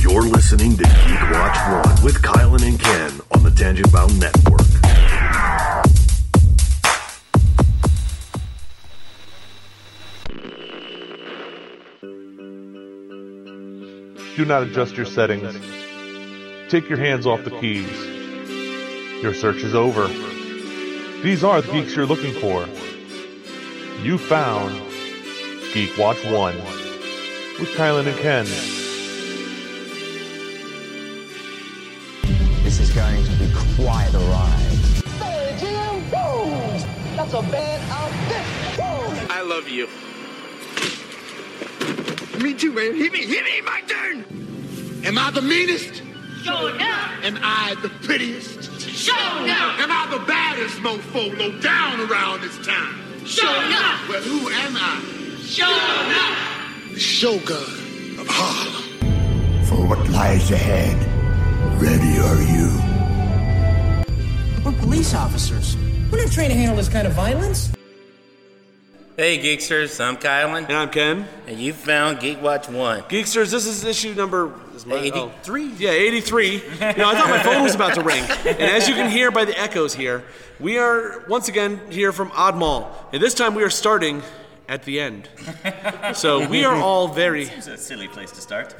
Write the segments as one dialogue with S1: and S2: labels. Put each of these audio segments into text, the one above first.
S1: You're listening to Geek Watch One with Kylan and Ken on the Tangent Bound Network.
S2: Do not adjust your settings. Take your hands off the keys. Your search is over. These are the geeks you're looking for. You found Geek Watch 1 with Kylan and Ken.
S3: This is going to be quite a ride.
S4: Say, Jim Bones! That's a bad outfit! Bones!
S5: I love you.
S6: Me too, man. Hit me, hit me, my turn. Am I the meanest?
S7: Showing up,
S6: Am I the prettiest?
S7: showing up,
S6: Am I the baddest mofo low down around this town?
S7: showing up,
S6: Well, who am I?
S7: showing up.
S6: The Shogun of Harlem.
S8: for what lies ahead. Ready are you?
S9: We're police officers. We're not trained to handle this kind of violence.
S10: Hey, Geeksters, I'm Kylan,
S5: And I'm Ken.
S10: and you found Geek Watch 1.
S5: Geeksters, this is issue number is my- oh.
S10: 83.
S5: Yeah, 83. You know, I thought my phone was about to ring. And as you can hear by the echoes here, we are once again here from Odd Mall. And this time we are starting at the end. So we are all very.
S11: It's a silly place to start.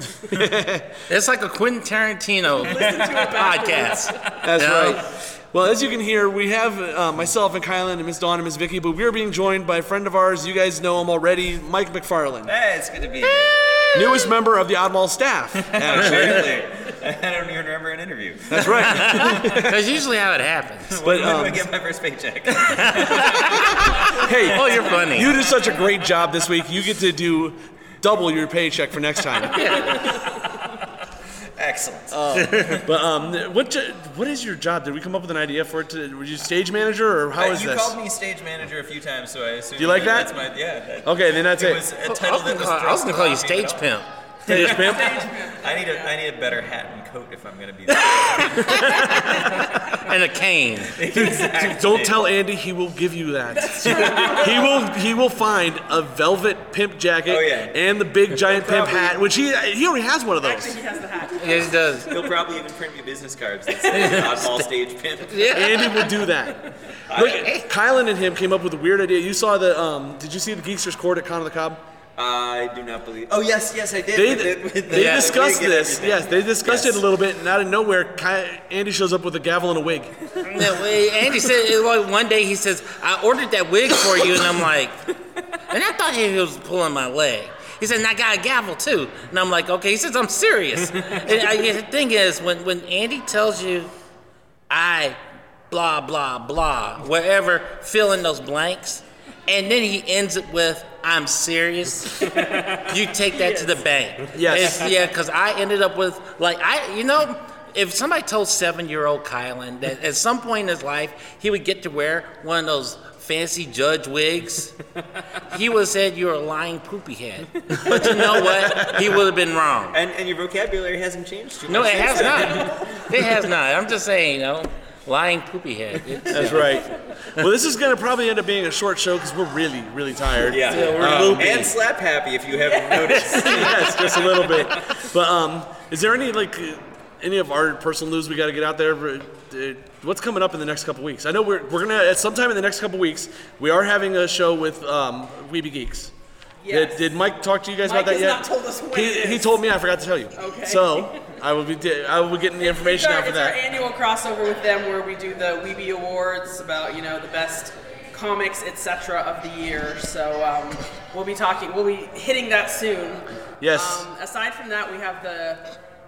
S10: It's like a Quentin Tarantino podcast.
S5: That's
S10: Yeah.
S5: right. Well, as you can hear, we have uh, myself and Kylan and Miss Dawn and Miss Vicky, but we are being joined by a friend of ours. You guys know him already, Mike McFarland,
S11: Hey, it's good to be here.
S5: newest member of the Odd Mall staff. Actually,
S11: Really? I don't even remember an interview.
S5: that's right.
S10: That's usually how it happens.
S11: when, when
S5: um,
S11: do I get my first paycheck?
S5: Hey,
S10: Oh, you're funny.
S5: You did such a great job this week. You get to do double your paycheck for next time.
S11: Excellent.
S5: Uh, but um, what jo- what is your job? Did we come up with an idea for it? To, were you stage manager or how
S11: Uh,
S5: is
S11: you
S5: this?
S11: called me stage manager a few times, so I assume.
S5: Do you like that?
S11: That's my, yeah. that-
S5: Okay, then that's it.
S11: was a
S10: I
S11: title
S10: was
S11: that
S10: gonna
S11: was
S10: call- Oh, I was gonna call you
S11: thrust upon me,
S10: Stage
S11: but
S10: Pimp.
S5: Stage pimp?
S11: I need a I need a better hat and coat if I'm gonna be. There.
S10: And a cane.
S11: Exactly.
S5: Don't tell Andy. He will give you that. he will. He will find a velvet pimp jacket
S11: Oh, yeah.
S5: and the big giant pimp hat, which he he already has one of those.
S10: It does.
S11: He'll probably even print me business cards that say oddball stage pimp.
S5: Andy will do that. Look, Kylan and him came up with a weird idea. You saw the um? Did you see the Geeksters Court at Con of the Cob?
S11: I do not believe. Oh yes, yes I did.
S5: They,
S11: with the- with the-
S5: they
S11: the
S5: discussed
S11: wig and
S5: this.
S11: everything.
S5: Yes, they discussed
S11: Yes.
S5: it a little bit, and out of nowhere, Ky- Andy shows up with a gavel and a wig.
S10: No, wait, Andy said it was like one day he says, I ordered that wig for you, and I'm like, and I thought he was pulling my leg. He said, and I got a gavel too. And I'm like, okay. He says, I'm serious. and I, the thing is, when, when Andy tells you, I blah, blah, blah, wherever, fill in those blanks, and then he ends it with, I'm serious, you take that to the bank.
S5: Yes.
S10: It's- yeah, because I ended up with, like, I, you know, if somebody told seven year old Kylan that at some point in his life he would get to wear one of those fancy judge wigs, he would have said, You're a lying poopy head. But you know what? He would have been wrong.
S11: And, and your vocabulary hasn't changed too
S10: No,
S11: much.
S10: it
S11: since
S10: has
S11: then.
S10: not. It has not. I'm just saying, you know, lying poopy head. It's,
S5: That's right. well, this is gonna probably end up being a short show because we're really, really tired.
S11: Yeah.
S10: we're
S11: Um,
S10: loopy.
S11: and slap happy if you haven't noticed.
S5: yes, just a little bit. But um, is there any like uh, any of our personal news we got to get out there? Uh, What's coming up in the next couple weeks? I know we're, we're gonna at some time in the next couple weeks we are having a show with um, Weeby Geeks.
S12: Yes.
S5: Did, did Mike talk to you guys
S12: Mike
S5: about that
S12: has
S5: yet?
S12: not told us when
S5: he,
S12: it
S5: he
S12: is.
S5: told me I forgot to tell you.
S12: Okay.
S5: So I will be di- I will be getting the information
S12: it's our,
S5: out for
S12: it's
S5: that.
S12: our annual crossover with them where we do the Weeby Awards about you know the best comics etc of the year. So um, we'll be talking, we'll be hitting that soon.
S5: Yes.
S12: Um, aside from that, we have the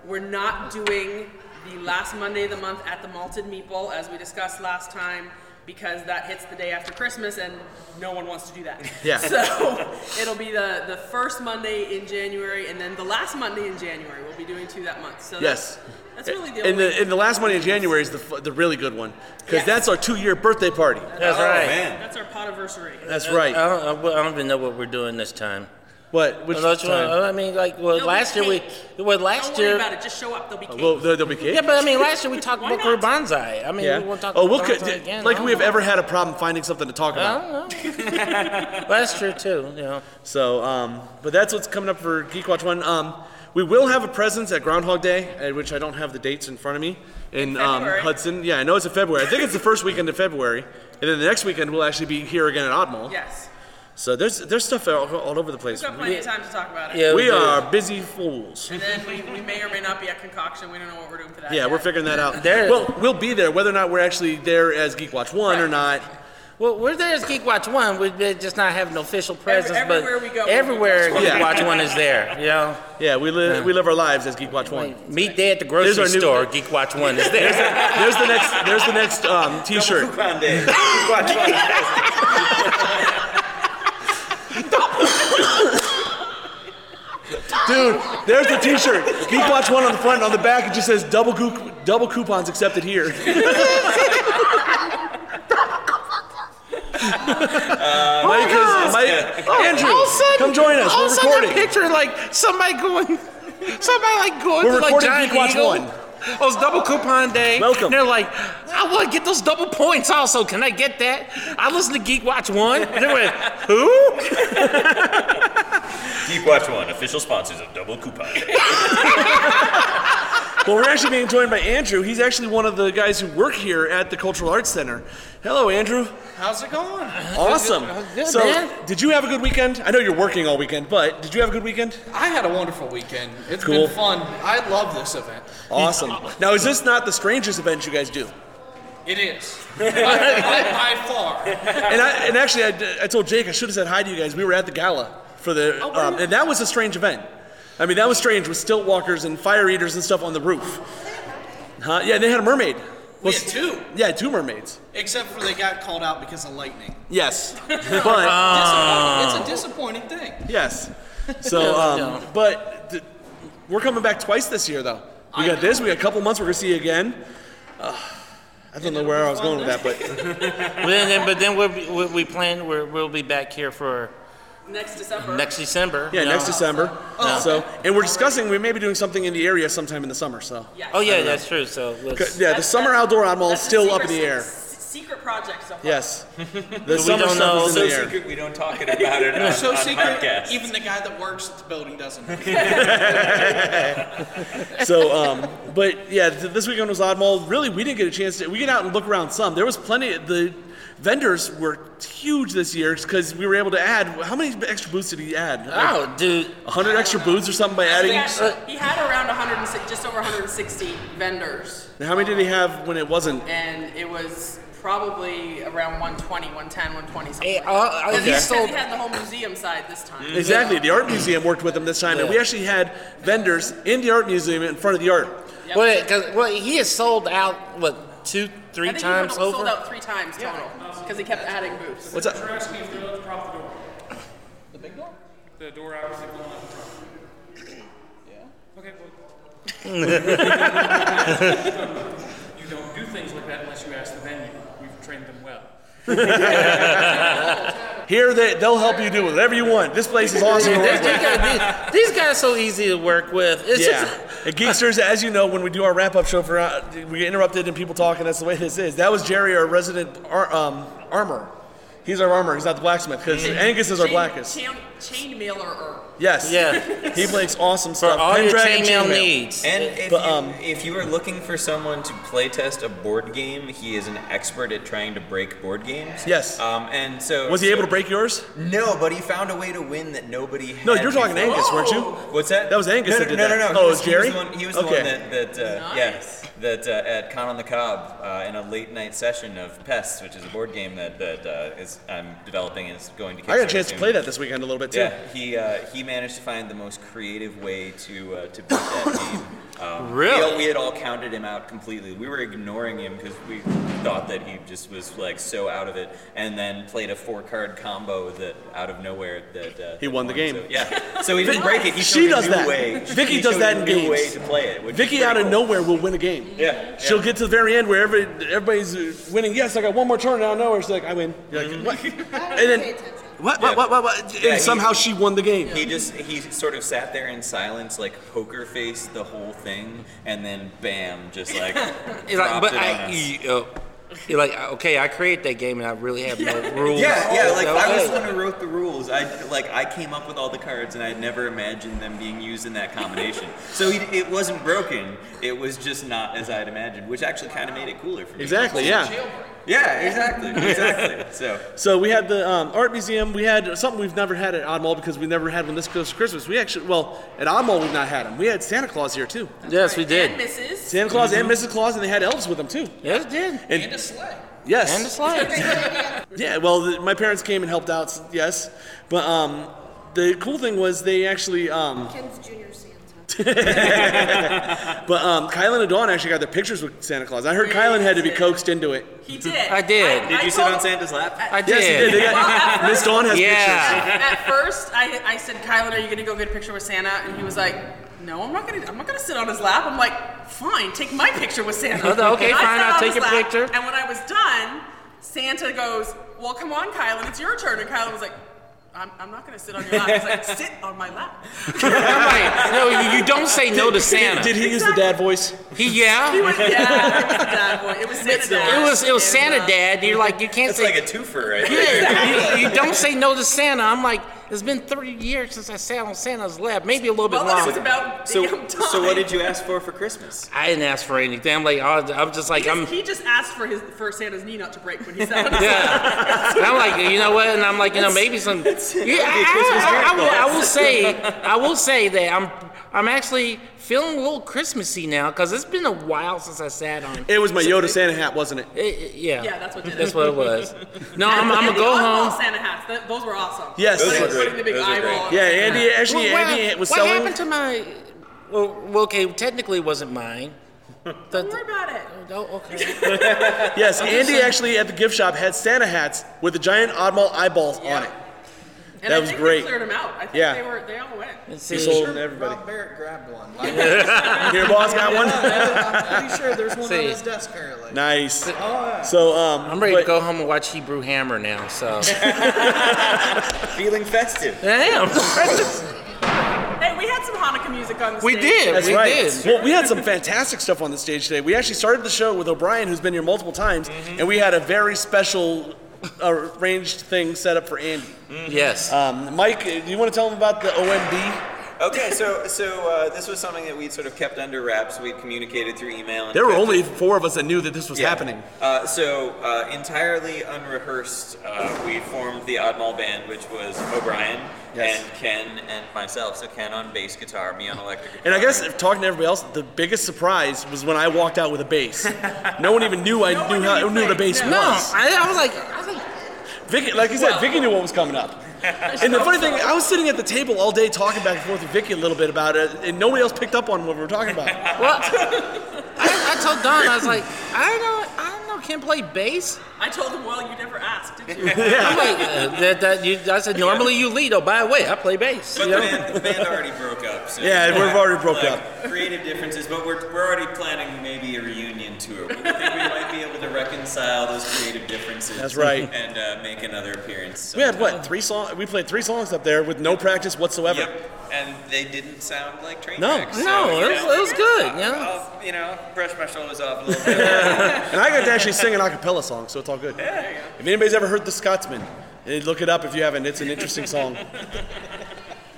S12: we're not doing the last Monday of the month at the Malted Meeple as we discussed last time because that hits the day after Christmas and no one wants to do that.
S5: Yeah.
S12: So it'll be the the first Monday in January and then the last Monday in January. We'll be doing two that month. So
S5: Yes.
S12: That's, that's really the
S5: and
S12: only
S5: the and the last Monday in January is the, fu- the really good one because
S12: Yes.
S5: that's our two year birthday party.
S10: That's right.
S12: That's our pot anniversary.
S5: Oh, That's right.
S10: I don't, I don't even know what we're doing this time.
S5: What? Which
S10: Unless you
S5: time?
S10: wanna- I mean, like, well,
S12: No,
S10: last year we, well, last
S12: Don't
S10: year.
S12: worry about it. Just show up. They'll be cake.
S5: Well, there'll be cake.
S10: Yeah, but I mean, last year we talked
S12: Why
S10: Booker
S12: not?
S10: Banzai. I mean, we won't talk
S5: oh,
S10: about
S5: we'll co-
S10: Banzai again.
S5: like
S10: I
S5: we
S10: don't
S5: have ever had a problem finding something to talk about.
S10: know. Well, that's true too. You know.
S5: So, um, but that's what's coming up for Geek Watch One. Um, we will have a presence at Groundhog Day, at which I don't have the dates in front of me in um,
S12: February.
S5: Hudson. Yeah, I know it's in February. I think it's the first weekend of February, and then the next weekend we'll actually be here again at Oddmall.
S12: Yes.
S5: So there's there's stuff all, all over the
S12: We've
S5: place.
S12: got plenty of time to talk about it.
S10: Yeah,
S5: we
S10: do.
S5: are busy fools.
S12: And then we, we may or may not be at concoction. We don't know what we're doing for that.
S5: Yeah,
S12: yet.
S5: we're figuring that out.
S10: There-
S5: Well, we'll be there, whether or not we're actually there as Geek Watch One or not.
S10: Well, we're there as Geek Watch One. We're they're just not having an official presence,
S12: everywhere
S10: but
S12: we go, we're
S10: everywhere
S12: Geek
S10: Geek
S12: Watch
S10: Watch,
S5: One. Yeah.
S10: One is there. You know.
S5: Yeah, we live we live our lives as Geek Watch One.
S10: Meet Day at the
S5: There's our
S10: grocery
S5: new-
S10: store. Geek Watch One is
S5: There's
S10: there.
S5: the, there's the next there's the next um, T-shirt.
S11: Coupon day. Watch, watch.
S5: Dude, there's the T-shirt. Geek Watch One on the front, on the back it just says double goo- double coupons accepted here. Mike is, Mike, Andrew,
S10: Oh, All of a sudden-
S5: come join us.
S10: All
S5: We're
S10: of a sudden,
S5: recording.
S10: I picture like somebody going, somebody like going
S5: We're
S10: to like
S5: recording
S10: Giant
S5: Geek Watch
S10: Eagle.
S5: One.
S10: Oh, it's double coupon day.
S5: Welcome.
S10: And they're like, I want to get those double points also. Can I get that? I listen to Geek Watch One. And they went, who?
S11: Geek Watch One, official sponsors of Double Coupon. Day.
S5: Well, we're actually being joined by Andrew. He's actually one of the guys who work here at the Cultural Arts Center. Hello, Andrew.
S10: How's it going?
S5: Awesome.
S10: good,
S5: so,
S10: man.
S5: did you have a good weekend? I know you're working all weekend, but did you have a good weekend?
S13: I had a wonderful weekend. It's
S5: Cool.
S13: been fun. I love this event.
S5: Awesome. Now, is this not the strangest event you guys do?
S13: It is. by, by- by far.
S5: And, I, and actually, I, d- I told Jake I should have said hi to you guys. We were at the gala for the,
S13: Oh,
S5: um, and that was a strange event. I mean, that was strange with stilt walkers and fire eaters and stuff on the roof. Huh? Yeah, they had a mermaid.
S13: We
S5: Well,
S13: had
S5: s-
S13: two.
S5: Yeah, two mermaids.
S13: Except for they got called out because of lightning.
S5: Yes,
S10: Uh,
S5: but
S13: Disappointing. It's a disappointing thing.
S5: yes. So, um, but th- we're coming back twice this year, though. We got this. We got a couple months. We're gonna see you again. Ugh, I don't know where I was going with that, but
S10: But then, but then we'll be, we, we plan we're, we'll be back here for
S12: Next December.
S10: next December.
S5: yeah,
S10: you know?
S5: next December. So, and we're discussing we may be doing something in the area sometime in the summer. So.
S12: Yes.
S10: Oh yeah, that's true. So let's,
S5: Yeah, the summer outdoor oddball is
S12: That's
S5: still up in
S12: secret-
S5: the air.
S12: s- Secret project so far.
S5: Yes. The
S10: We
S5: summer
S10: don't
S5: stuff
S10: know.
S5: is
S11: so
S5: in the air.
S11: secret, we don't talk about it on,
S13: So
S11: on
S13: secret,
S11: podcasts.
S13: even the guy that works at the building doesn't know.
S5: So, um, but yeah, th- this weekend was oddball. Really, we didn't get a chance to. We get out and look around some. There was plenty. The vendors were huge this year because we were able to add. How many extra booths did he add? Like
S10: Oh, dude. Uh,
S5: 100 extra booths or something by adding.
S12: He had, he had around 106, just over 160 vendors,
S5: Now, How many did he have when it wasn't?
S12: and it was probably around 120, 110, 120 something.
S10: eh,
S12: like
S10: uh,
S12: that.
S10: uh, he
S12: Because
S10: sold-
S12: he had the whole museum side this time.
S5: Exactly. The art museum worked with him this time, and we
S10: Yeah.
S5: actually had vendors in the art museum in front of the art.
S10: Well, cause, well, he has sold out what two, three
S12: I think
S10: times
S12: he
S10: over.
S12: sold out three times total because he kept adding booths.
S5: What's up?
S14: The door obviously blew up. Yeah. Okay, well. you don't do things like that unless you ask the venue. We've trained them well.
S5: Here, they, they'll help you do whatever you want. This place is awesome. to work
S10: These, these
S5: with.
S10: guys, these, these guys are so easy to work with. It's
S5: Yeah.
S10: just,
S5: And Geeksters, as you know, when we do our wrap up show for uh, we get interrupted and people talking. That's the way this is. That was Jerry, our resident ar- um, armor. He's our armor. He's not the blacksmith because Angus is our
S12: Chain-
S5: blackest.
S12: Chain, chain mailer or
S5: Yes.
S10: Yeah.
S5: He makes awesome
S10: for
S5: stuff.
S10: all your
S5: Pendragon
S10: chainmail
S5: chainmail.
S10: needs.
S11: And if,
S5: But,
S11: you,
S5: um,
S11: if you are looking for someone to playtest a board game, he is an expert at trying to break board games.
S5: Yes.
S11: Um, and so
S5: Was he
S11: so-
S5: able to break yours?
S11: No, but he found a way to win that nobody. Had
S5: No, you're talking
S11: before.
S5: Angus, weren't you?
S11: What's that?
S5: That was Angus
S11: No,
S5: that
S11: no,
S5: did
S11: no,
S5: that.
S11: no, no,
S5: Oh,
S11: He
S5: it
S11: was,
S5: was
S11: he was
S5: Jerry?
S11: the one, he was
S5: Okay.
S11: the one that that uh, yeah, that uh, at Con on the Cob uh, in a late night session of Pests, which is a board game that that uh, is I'm developing and is going to.
S5: I got a
S11: Kickstarter
S5: chance to
S11: soon.
S5: play that this weekend a little bit too.
S11: Yeah, he uh, he managed to find the most creative way to uh, to beat that game. Um, we
S10: Really?
S11: all- We, had all counted him out completely. We were ignoring him because we thought that he just was like so out of it, and then played a four card combo that out of nowhere that uh,
S5: He
S11: that
S5: won the game.
S11: So, yeah, so he didn't break it. He
S5: She
S11: showed
S5: does
S11: a new
S5: that.
S11: Way.
S5: Vicky
S11: he
S5: does
S11: showed
S5: that
S11: a
S5: in
S11: new
S5: games.
S11: way to play it. Which
S5: Vicky out of
S11: nowhere.
S5: nowhere will win a game.
S11: Yeah, yeah.
S5: She'll get to the very end where every, everybody's uh, winning. Yes, I got one more turn out of nowhere. She's like, I win. You're like, what? And then
S15: What? What? What? What? what? And
S11: Yeah, he-
S15: somehow she won the game.
S11: He just he sort of sat there in silence, like poker face the whole thing, and then bam, just like dropped
S10: You're like, but
S11: it
S10: I,
S11: on us.
S10: you, uh, you're like, okay, I create that game and I really have no rules. Oh,
S11: Yeah, yeah. Like
S10: That
S11: I was
S10: it.
S11: the one who wrote the rules. I like I came up with all the cards, and I had never imagined them being used in that combination. so it, it wasn't broken. It was just not as I'd imagined, which actually kind of made it cooler for me.
S5: Exactly, yeah.
S11: Yeah, exactly, exactly. So
S5: So we had the um, art museum. We had something we've never had at Odd Mall because we never had one this close to Christmas. We actually, well, at Odd Mall we've not had them. We had Santa Claus here too.
S10: yes, we did.
S12: And Mrs.
S5: Santa Claus and Mrs. Claus, and they had elves with them too.
S10: Yes, did.
S5: And,
S12: a sleigh.
S5: yes.
S10: And the slides.
S5: Yeah, well, th my parents came and helped out, s- yes. But um, the cool thing was they actually. Um,
S16: Ken's Junior Santa.
S5: but um, Kylan and Dawn actually got their pictures with Santa Claus. I heard Kylan had to be coaxed into it.
S12: He did.
S10: I did.
S12: I-
S10: Did
S12: I
S10: you sit on
S12: told-
S11: Santa's lap?
S10: I did.
S5: Yes, you did. They got-
S12: Well, at
S5: Miss
S12: first-
S5: Dawn has
S10: Yeah.
S5: pictures.
S12: At first, I, I said, Kylan, are you gonna go get a picture with Santa? And he was like, No, I'm not gonna. I'm not gonna sit on his lap. I'm like, Fine, take my picture with Santa.
S10: Oh, okay,
S12: And I
S10: fine,
S12: sat
S10: I'll
S12: on
S10: take
S12: his
S10: your
S12: lap,
S10: picture.
S12: And when I was done, Santa goes, Well, come on, Kylan, it's your turn. And Kylan was like. I'm, I'm not gonna sit on your lap. He's like, sit on my lap.
S10: I'm like, no, you, you don't say no to Santa.
S5: Did he use the dad voice?
S10: He yeah.
S12: He was, yeah, it was dad boy. It was Santa dad.
S10: It was it was
S12: And,
S10: Santa
S12: uh,
S10: Dad. You're like you can't
S11: it's
S10: say
S11: like a twofer, right?
S10: yeah, you, you don't say no to Santa. I'm like it's been 30 years since I sat on Santa's lap, maybe a little bit
S12: Well, it
S10: longer.
S12: was about
S11: So,
S12: damn time.
S11: so what did you ask for for Christmas?
S10: I didn't ask for anything. I'm like I was- I'm just like
S12: He just-
S10: I'm
S12: he just asked for his for Santa's knee not to break when he sat on his lap.
S10: Yeah. And I'm like, you know what? And I'm like, you know, maybe some. Yeah, I, I- I will, I will say, I will say that I'm, I'm actually feeling a little Christmassy now because it's been a while since I sat on.
S5: It was my Yoda Santa hat, wasn't it?
S10: It- it- yeah.
S12: Yeah, that's what did it.
S10: That's what it was. No, I'm, I'm
S12: And
S10: gonna go
S12: the eyeball
S10: home.
S12: Santa hats. th- those were awesome.
S5: Yes. Those
S12: Putting-
S5: were great.
S12: putting the big
S5: Those were great.
S12: eyeball.
S5: Yeah, Andy actually,
S10: Well,
S5: Andy was
S10: what
S5: selling.
S10: happened to my? Well, well, okay, technically it wasn't mine.
S12: Don't worry about it.
S10: Oh, okay.
S5: Yes,
S10: I'm
S5: Andy
S10: just-
S5: actually at the gift shop had Santa hats with the giant oddball eyeballs on it.
S12: And
S5: that
S12: I
S5: was
S12: think
S5: great.
S12: They cleared them out. I think
S5: Yeah.
S12: they were. They all went.
S10: Let's
S5: He
S10: see.
S5: sold them to everybody.
S13: Rob Barrett grabbed one. Like,
S5: Your boss
S13: I'm
S5: got one.
S13: pretty sure there's one on
S10: See.
S13: his desk currently.
S5: nice. So um,
S10: I'm ready
S5: but-
S10: to go home and watch Hebrew Hammer now. So
S11: Feeling festive.
S10: damn.
S12: Hey, we had some Hanukkah music on the
S10: We
S12: stage.
S10: did.
S5: That's
S10: we
S5: right.
S10: did.
S5: Well, we had some fantastic stuff on the stage today. We actually started the show with O'Brien, who's been here multiple times,
S10: Mm-hmm.
S5: and we had a very special arranged thing set up for Andy.
S10: Yes.
S5: Um, Mike, do you want to tell him about the OMD?
S11: Okay, so so uh, this was something that we sort of kept under wraps. We communicated through email. And
S5: There were only four of us that knew that this was
S11: Yeah.
S5: happening.
S11: Uh, so uh, entirely unrehearsed, uh, we formed the Oddball Band, which was O'Brien
S5: Yes.
S11: and Ken and myself. So Ken on bass guitar, me on electric guitar.
S5: And I guess if talking to everybody else, the biggest surprise was when I walked out with a bass. no one even knew I knew how knew what a bass
S10: No,
S5: was.
S10: I, I was like, I was like,
S5: Vicky, like you said, Vicky knew what was coming up. And the funny thing, I was sitting at the table all day talking back and forth with Vicky a little bit about it, and nobody else picked up on what we were talking about.
S10: well, I, I told Don, I was like, I don't, I don't know, can play bass.
S12: I told them, well, you never asked, did you?
S10: I'm like, uh, that, that, you, I said, normally you lead. Oh, by the way, I play bass.
S11: But
S10: You
S11: the
S10: know?
S11: band, the band already broke up. So
S5: Yeah, we've already broke
S11: like,
S5: up.
S11: Creative differences, but we're, we're already planning maybe a reunion tour. We think we might be able to reconcile those creative differences.
S5: That's right.
S11: And uh, make another appearance.
S5: We had
S11: sometime.
S5: what three songs? We played three songs up there with no practice whatsoever.
S11: Yep. And they didn't sound like train
S5: No.
S11: wrecks.
S10: No,
S11: you
S10: it was-
S11: know,
S10: it was good,
S11: I'll-
S10: yeah.
S11: I'll, you know, brush my shoulders off a little bit.
S5: And I got to actually sing an a cappella song, so it's all good. If anybody's ever heard The Scotsman, eh, look it up if you haven't. It's an interesting song.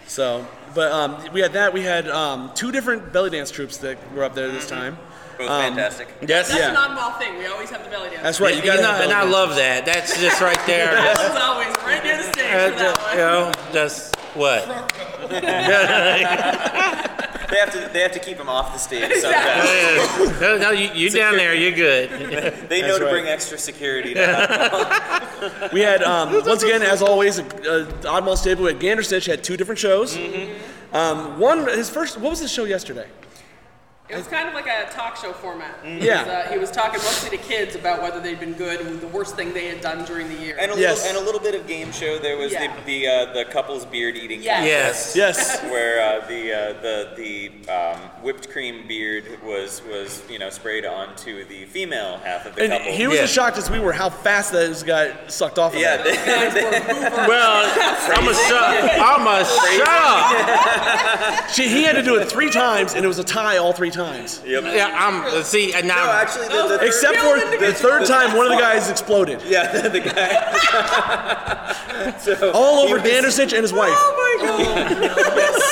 S5: So, but um, we had that. We had um, two different belly dance troops that were up there
S10: Mm-hmm.
S5: this time.
S11: Both
S5: Um,
S11: fantastic.
S5: Yes,
S12: That's
S5: yeah.
S12: an oddball thing. We always have the belly dance.
S5: That's right. You
S10: You
S5: got
S10: know, and I
S5: to
S10: love that. That's just right there.
S12: That
S10: That's-
S12: was always right near the stage
S10: uh,
S12: for that
S10: ju-
S12: one.
S10: you know, just what?
S11: they have to they have to keep them off the stage
S12: Exactly.
S11: sometimes.
S10: no, no, you, you down there, you're good.
S11: They know
S5: That's
S11: to
S5: right.
S11: bring extra security. To
S5: We had um, once again, as always, uh, a, a oddball stable. We had
S12: Mm-hmm.
S5: Gander Stitch had two different shows. Um, one his first. What was his show yesterday?
S12: It was kind of like a talk show format.
S11: Mm.
S12: He was,
S11: Yeah.
S12: uh, he was talking mostly to kids about whether they'd been good and the worst thing they had done during the year.
S11: And a little and a little bit of game show. There was
S12: Yeah.
S11: the the, uh, the couple's beard eating.
S12: Yes.
S11: contest,
S12: Yes. Yes.
S11: Where uh, the uh, the the um, whipped cream beard was was you know sprayed onto the female half of the
S5: And
S11: couple.
S5: he was as shocked as we were how fast that got sucked off. Of
S11: Yeah,
S5: that.
S11: they-
S5: well, I'm a
S11: Crazy.
S5: shut. I'm a
S11: Crazy.
S5: shut. She, he had to do it three times, and it was a tie all three times.
S11: Yep.
S10: Yeah, I'm. See, and now.
S11: No, actually, the, the third-
S5: Except for the third time, one of the guys exploded.
S11: Yeah, the, guy.
S5: all
S11: he
S5: over
S11: was-
S5: Dandersich and his wife.
S12: Oh
S11: yes.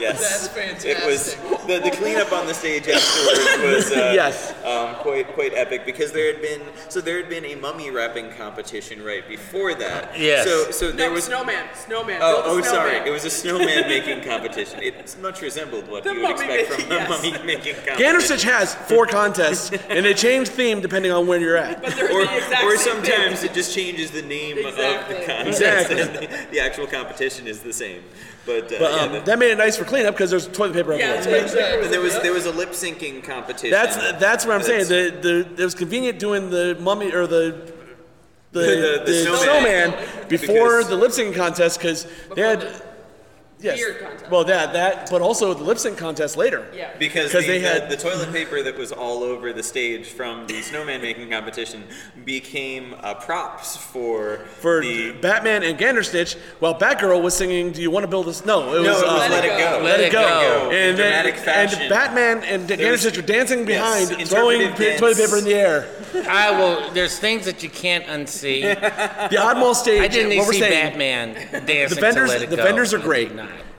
S11: Yes.
S5: That's
S11: It was the, the cleanup on the stage afterwards was uh,
S5: Yes.
S11: um, quite quite epic because there had been so there had been a mummy wrapping competition right before that.
S10: Yes.
S11: So so there
S12: no,
S11: was
S12: snowman, snowman.
S11: Oh,
S12: build a
S11: oh,
S12: snowman.
S11: sorry. It was a snowman making competition. It much resembled what
S12: The
S11: you would
S12: mummy making-
S11: expect from the
S12: yes.
S11: mummy making competition.
S5: Gandersich has four contests, and they change theme depending on where you're at.
S11: or, or sometimes it just changes the name of the contest.
S5: Exactly.
S11: and the, the actual competition is the same. But, uh,
S5: But
S11: yeah,
S5: um,
S11: the-
S5: that made it nice for cleanup because there's toilet paper
S11: Yeah,
S5: everywhere.
S11: And there was there was a lip syncing competition.
S5: That's that's what I'm saying. The, the, it was convenient doing the mummy or the the,
S11: The- the
S5: the
S11: snowman.
S5: snowman, before
S11: Because-
S5: the lip sync contest because they had yes,
S11: beard
S5: well that that but also the lip sync contest later. Yeah,
S11: Because the,
S5: 'Cause they
S11: the-
S5: had-
S11: the toilet paper that was all over the stage from the snowman making competition became uh, props for
S5: for Batman and Ganderstitch, while Batgirl was singing "Do You Want to Build This?" No, it was,
S11: No, it was
S5: uh,
S11: Let It Go.
S5: Let It Go.
S11: in
S5: And then,
S11: dramatic fashion.
S5: and Batman and
S11: There was-
S5: Ganderstitch were dancing
S10: yes,
S5: behind, throwing
S10: interpretive
S5: pa- toilet paper in the air.
S10: I will. There's things that you can't unsee.
S5: The oddball stage.
S10: I didn't
S5: what we're
S10: see
S5: saying,
S10: Batman dancing.
S5: The vendors,
S10: to let it
S5: the
S10: go.
S5: vendors are great,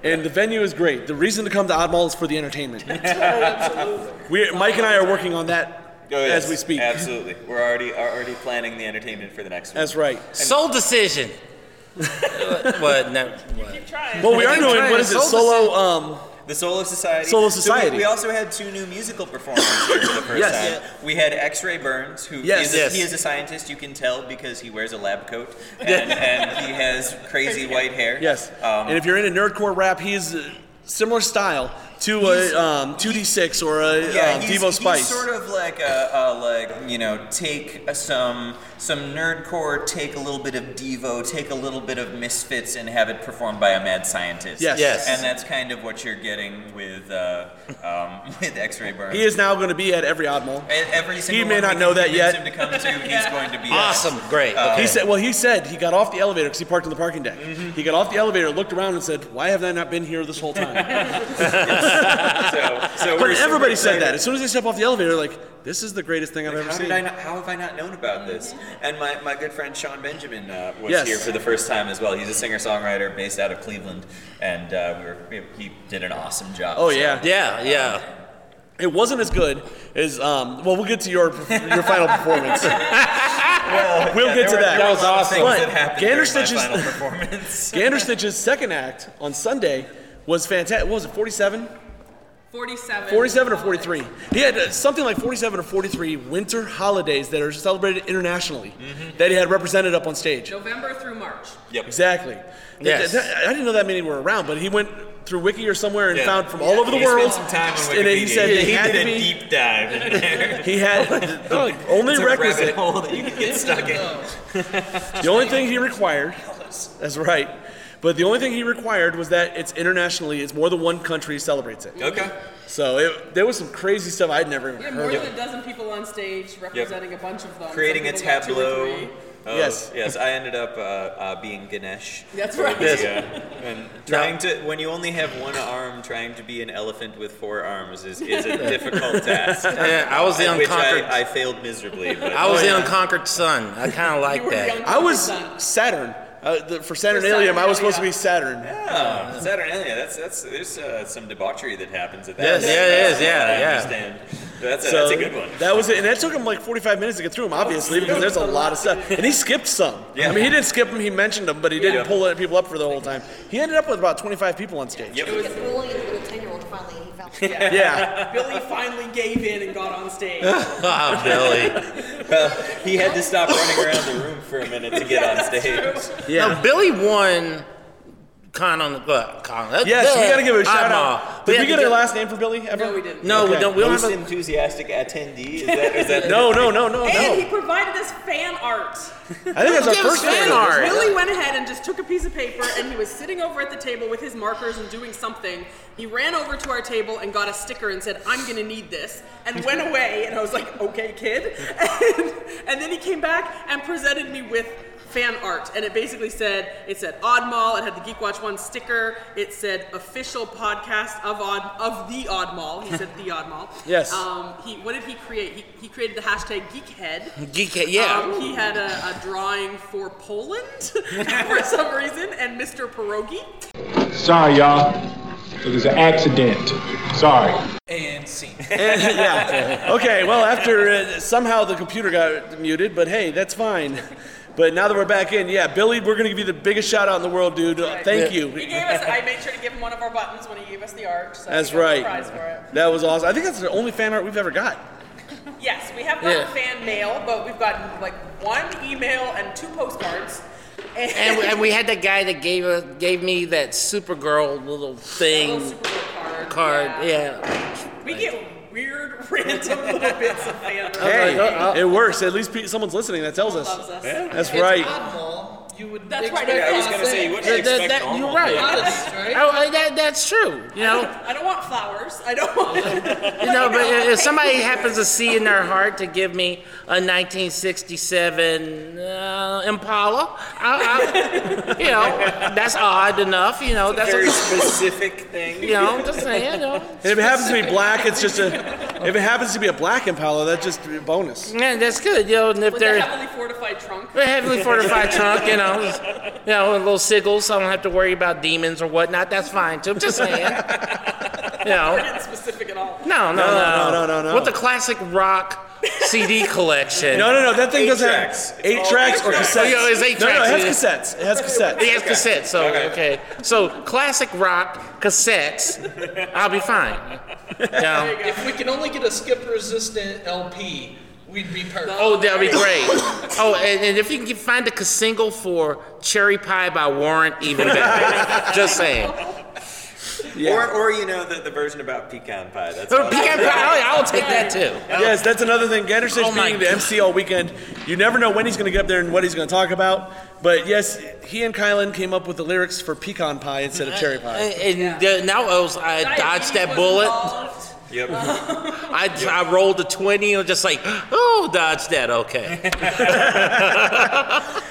S5: and the venue is great. The reason to come to Oddball is for the entertainment. we, Mike and I are working on that
S11: Oh, yes,
S5: as we speak.
S11: Absolutely, we're already are already planning the entertainment for the next one.
S5: That's right.
S10: Soul decision. what? No. What?
S5: Well, we are doing what is it? Solo. Um,
S11: the Solo Society.
S5: Solo
S11: So we-
S5: Society.
S11: we, also had two new musical performers here for the first
S5: Yes.
S11: time. We had X-Ray Burns, who
S5: Yes.
S11: is a,
S5: Yes.
S11: he is a scientist. You can tell because he wears a lab coat and,
S5: Yeah.
S11: and he has crazy white hair.
S5: Yes.
S11: Um,
S5: and if you're into nerdcore rap, he's uh, similar style to
S11: He's-
S5: a um, 2D6 or a um,
S11: he's-
S5: Devo Spice.
S11: He's sort of like a, a like you know take a- some some nerdcore, take a little bit of Devo, take a little bit of Misfits, and have it performed by a mad scientist.
S5: Yes. Yes.
S11: And that's kind of what you're getting with uh, um, with X-Ray Burns.
S5: he is now going to be at every Oddmall.
S11: And every
S5: He
S11: single
S5: may
S11: one we
S5: not know
S11: can
S5: that yet.
S11: convince Him to come to, he's going to be
S10: Awesome.
S11: at.
S10: Great.
S11: Uh, Mm-hmm.
S5: he said. Well, he said he got off the elevator because he parked in the parking deck. He got off the elevator, looked around, and said, "Why have I not been here this whole time?"
S11: Yes. So- so we're
S5: but
S11: super
S5: everybody said
S11: excited.
S5: that. As soon as they step off the elevator, they're like, "This is the greatest thing I've ever
S11: How,
S5: seen."
S11: did I not, how have I not known about this? And my, my good friend Sean Benjamin uh, was
S5: Yes.
S11: here for the first time as well. He's a singer songwriter based out of Cleveland, and uh, we were, he, he did an awesome job.
S5: Oh
S11: so-
S5: yeah,
S10: yeah, yeah.
S5: It wasn't as good as um. Well, we'll get to your your final performance.
S11: Well,
S5: we'll
S11: yeah,
S5: get to
S11: there were-
S5: that.
S11: there were a lot of things that
S5: But
S11: happened during my
S5: Ganderstitch's
S11: final performance.
S5: Ganderstitch's second act on Sunday was fantastic. What was it? Forty-seven.
S12: 47.
S5: 47 or 43. He had uh, something like 47 or 43 winter holidays that are celebrated internationally
S11: Mm-hmm.
S5: that he had represented up on stage.
S12: November through March.
S11: Yep.
S5: Exactly.
S12: Yes.
S5: Th- th- I didn't know that many were around, but he went through Wiki or somewhere and
S11: Yeah.
S5: found from all over the
S11: He
S5: world.
S11: Spent some time on
S5: and
S11: Wikipedia.
S5: he said they
S11: he
S5: had
S11: did
S5: to
S11: a
S5: be.
S11: deep dive. In there.
S5: He had the only
S11: It's a rabbit
S5: requisite.
S11: hole that you can get stuck in.
S5: The only thing he required. That's right. But the only thing he required was that it's internationally, it's more than one country celebrates it.
S11: Okay.
S5: So it, there was some crazy stuff I'd never even
S12: Yeah, more
S5: heard of.
S12: than a dozen people on stage representing a bunch of them. Some
S11: creating a
S12: people got two or
S11: tableau.
S12: three.
S11: of-
S5: Yes.
S11: Yes, I ended up uh, uh, being Ganesh.
S12: That's
S11: for
S12: right.
S11: the,
S12: Yes.
S11: uh, and trying to, when you only have one arm, trying to be an elephant with four arms is, is a difficult task.
S10: Yeah, I was the
S11: At which
S10: unconquered-
S11: I, I failed miserably. But
S10: I was
S11: Oh,
S10: the
S11: yeah.
S10: unconquered son. I kind of like that.
S5: I was Saturn. Uh, the, for Saturnalium, I was supposed to be Saturn.
S11: Yeah, Saturnalia. That's that's there's uh, some debauchery that happens at that.
S5: Yes, yeah, it is, yeah,
S11: I
S5: yeah.
S11: understand. That's a, that's a good one.
S5: That was it, and that took him like 45 minutes to get through them, obviously, because there's a lot of stuff. And he skipped some.
S11: Yeah.
S5: I mean, he didn't skip them; he mentioned them, but he didn't pull people up for the whole time. He ended up with about 25 people on stage.
S11: Yep.
S16: It was bullying the little ten-year-old. Finally, he found.
S5: Yeah. Yeah.
S12: Billy finally gave in and got on stage.
S10: Oh, Billy.
S11: well, he had to stop running around the room for a minute to get on stage.
S5: Yeah.
S10: Now, Billy won Con on the glove. Con.
S5: Yes, we gotta give it a shout
S10: Eyeball.
S5: out. Did we
S10: had
S5: get
S10: to
S5: a last name for Billy ever?
S12: uh, No, we didn't.
S10: No, we don't. We don't
S11: Most
S10: have a-
S11: enthusiastic attendee. Is that, is that
S5: No, no, no, no,
S12: and
S5: no.
S12: he provided us fan art.
S5: I think that's our first fan art.
S12: Willie went ahead and just took a piece of paper, and he was sitting over at the table with his markers and doing something. He ran over to our table and got a sticker and said, "I'm gonna need this," and went away. And I was like, "Okay, kid." And, and then he came back and presented me with fan art, and it basically said, "It said Oddmall." It had the Geek Watch One sticker. It said "Official Podcast of Odd of the Oddmall." He said the Oddmall.
S10: Yes.
S12: Um, he what did he create? He, he created the hashtag Geekhead.
S10: Geek Head, yeah.
S12: Um, he had a, a drawing for Poland for some reason, and Mr. Pierogi.
S17: Sorry, y'all. It was an accident. Sorry.
S13: And scene.
S5: And- yeah. Okay. Well, after uh, somehow the computer got muted, but hey, that's fine. But now that we're back in, yeah, Billy, we're gonna give you the biggest shout out in the world, dude. Uh, Thank you.
S12: He gave us. I made sure to give him one of our buttons when he gave us the art. So
S5: That's
S12: he got
S5: right.
S12: The prize for it.
S5: That was awesome. I think that's the only fan art we've ever got.
S12: Yes, we have gotten
S5: Yeah.
S12: fan mail, but we've gotten like one email and two postcards. And,
S10: And we, and we had that guy that gave us gave me that Supergirl little thing card. yeah.
S12: we get weird, random little bits of fan.
S5: Hey,
S12: mail.
S5: it works. At least pe- someone's listening. That tells us.
S12: Loves us.
S5: That's
S12: It's
S5: right.
S12: You would. That's
S13: expect
S12: right.
S13: Yeah, I was
S12: it's
S13: gonna say, you wouldn't
S12: That-
S13: expect
S12: that-
S13: normal
S12: You're right.
S13: things.
S10: Oh, I- that, that's true. You know,
S12: I don't want flowers. I don't want.
S10: you know. But if if somebody happens to see in their heart to give me a 1967 uh, Impala, I, I, you know, that's odd enough. You know, that's
S11: very specific thing.
S10: You know, I'm just saying. You know,
S5: And if it happens to be black, it's just a. If it happens to be a black Impala, that's just a bonus.
S10: yeah, that's good. You know, and if
S12: With a
S10: they're
S12: heavily fortified trunk.
S10: A heavily fortified trunk, you know, just, you know, with little sigils, so I don't have to worry about demons or whatnot. That's fine too. I'm just saying. You
S12: We're
S10: know,
S12: not specific at all.
S10: no, no,
S5: No,
S10: no,
S5: no, no, no, no.
S10: What the classic rock CD collection?
S5: No, no, no. That thing doesn't have eight tracks or cassettes.
S10: Oh, yeah, it's eight
S5: no,
S10: tracks.
S5: No, it has cassettes. It has cassettes.
S10: It has cassettes. So okay. so classic rock cassettes. I'll be fine. You know?
S13: Um, If we can only get a skip resistant LP, we'd be perfect.
S10: Oh, that'd be great. Oh, and, and if you can get- find a single for "Cherry Pie" by Warren, even better. Just saying.
S11: Or, or you know the, the version about pecan pie. That's
S10: Oh,
S11: awesome.
S10: pecan pie, I'll- I'll take that too.
S5: Yes, that's another thing. Gandersnitch
S10: Oh, my
S5: being the MC all weekend, you never know when he's going to get up there and what he's going to talk about. But yes, he and Kylan came up with the lyrics for pecan pie instead of cherry pie.
S10: And and now I, was, I dodged that bullet.
S11: Yep.
S10: I, I rolled a 20 and just like, oh, dodge that, okay.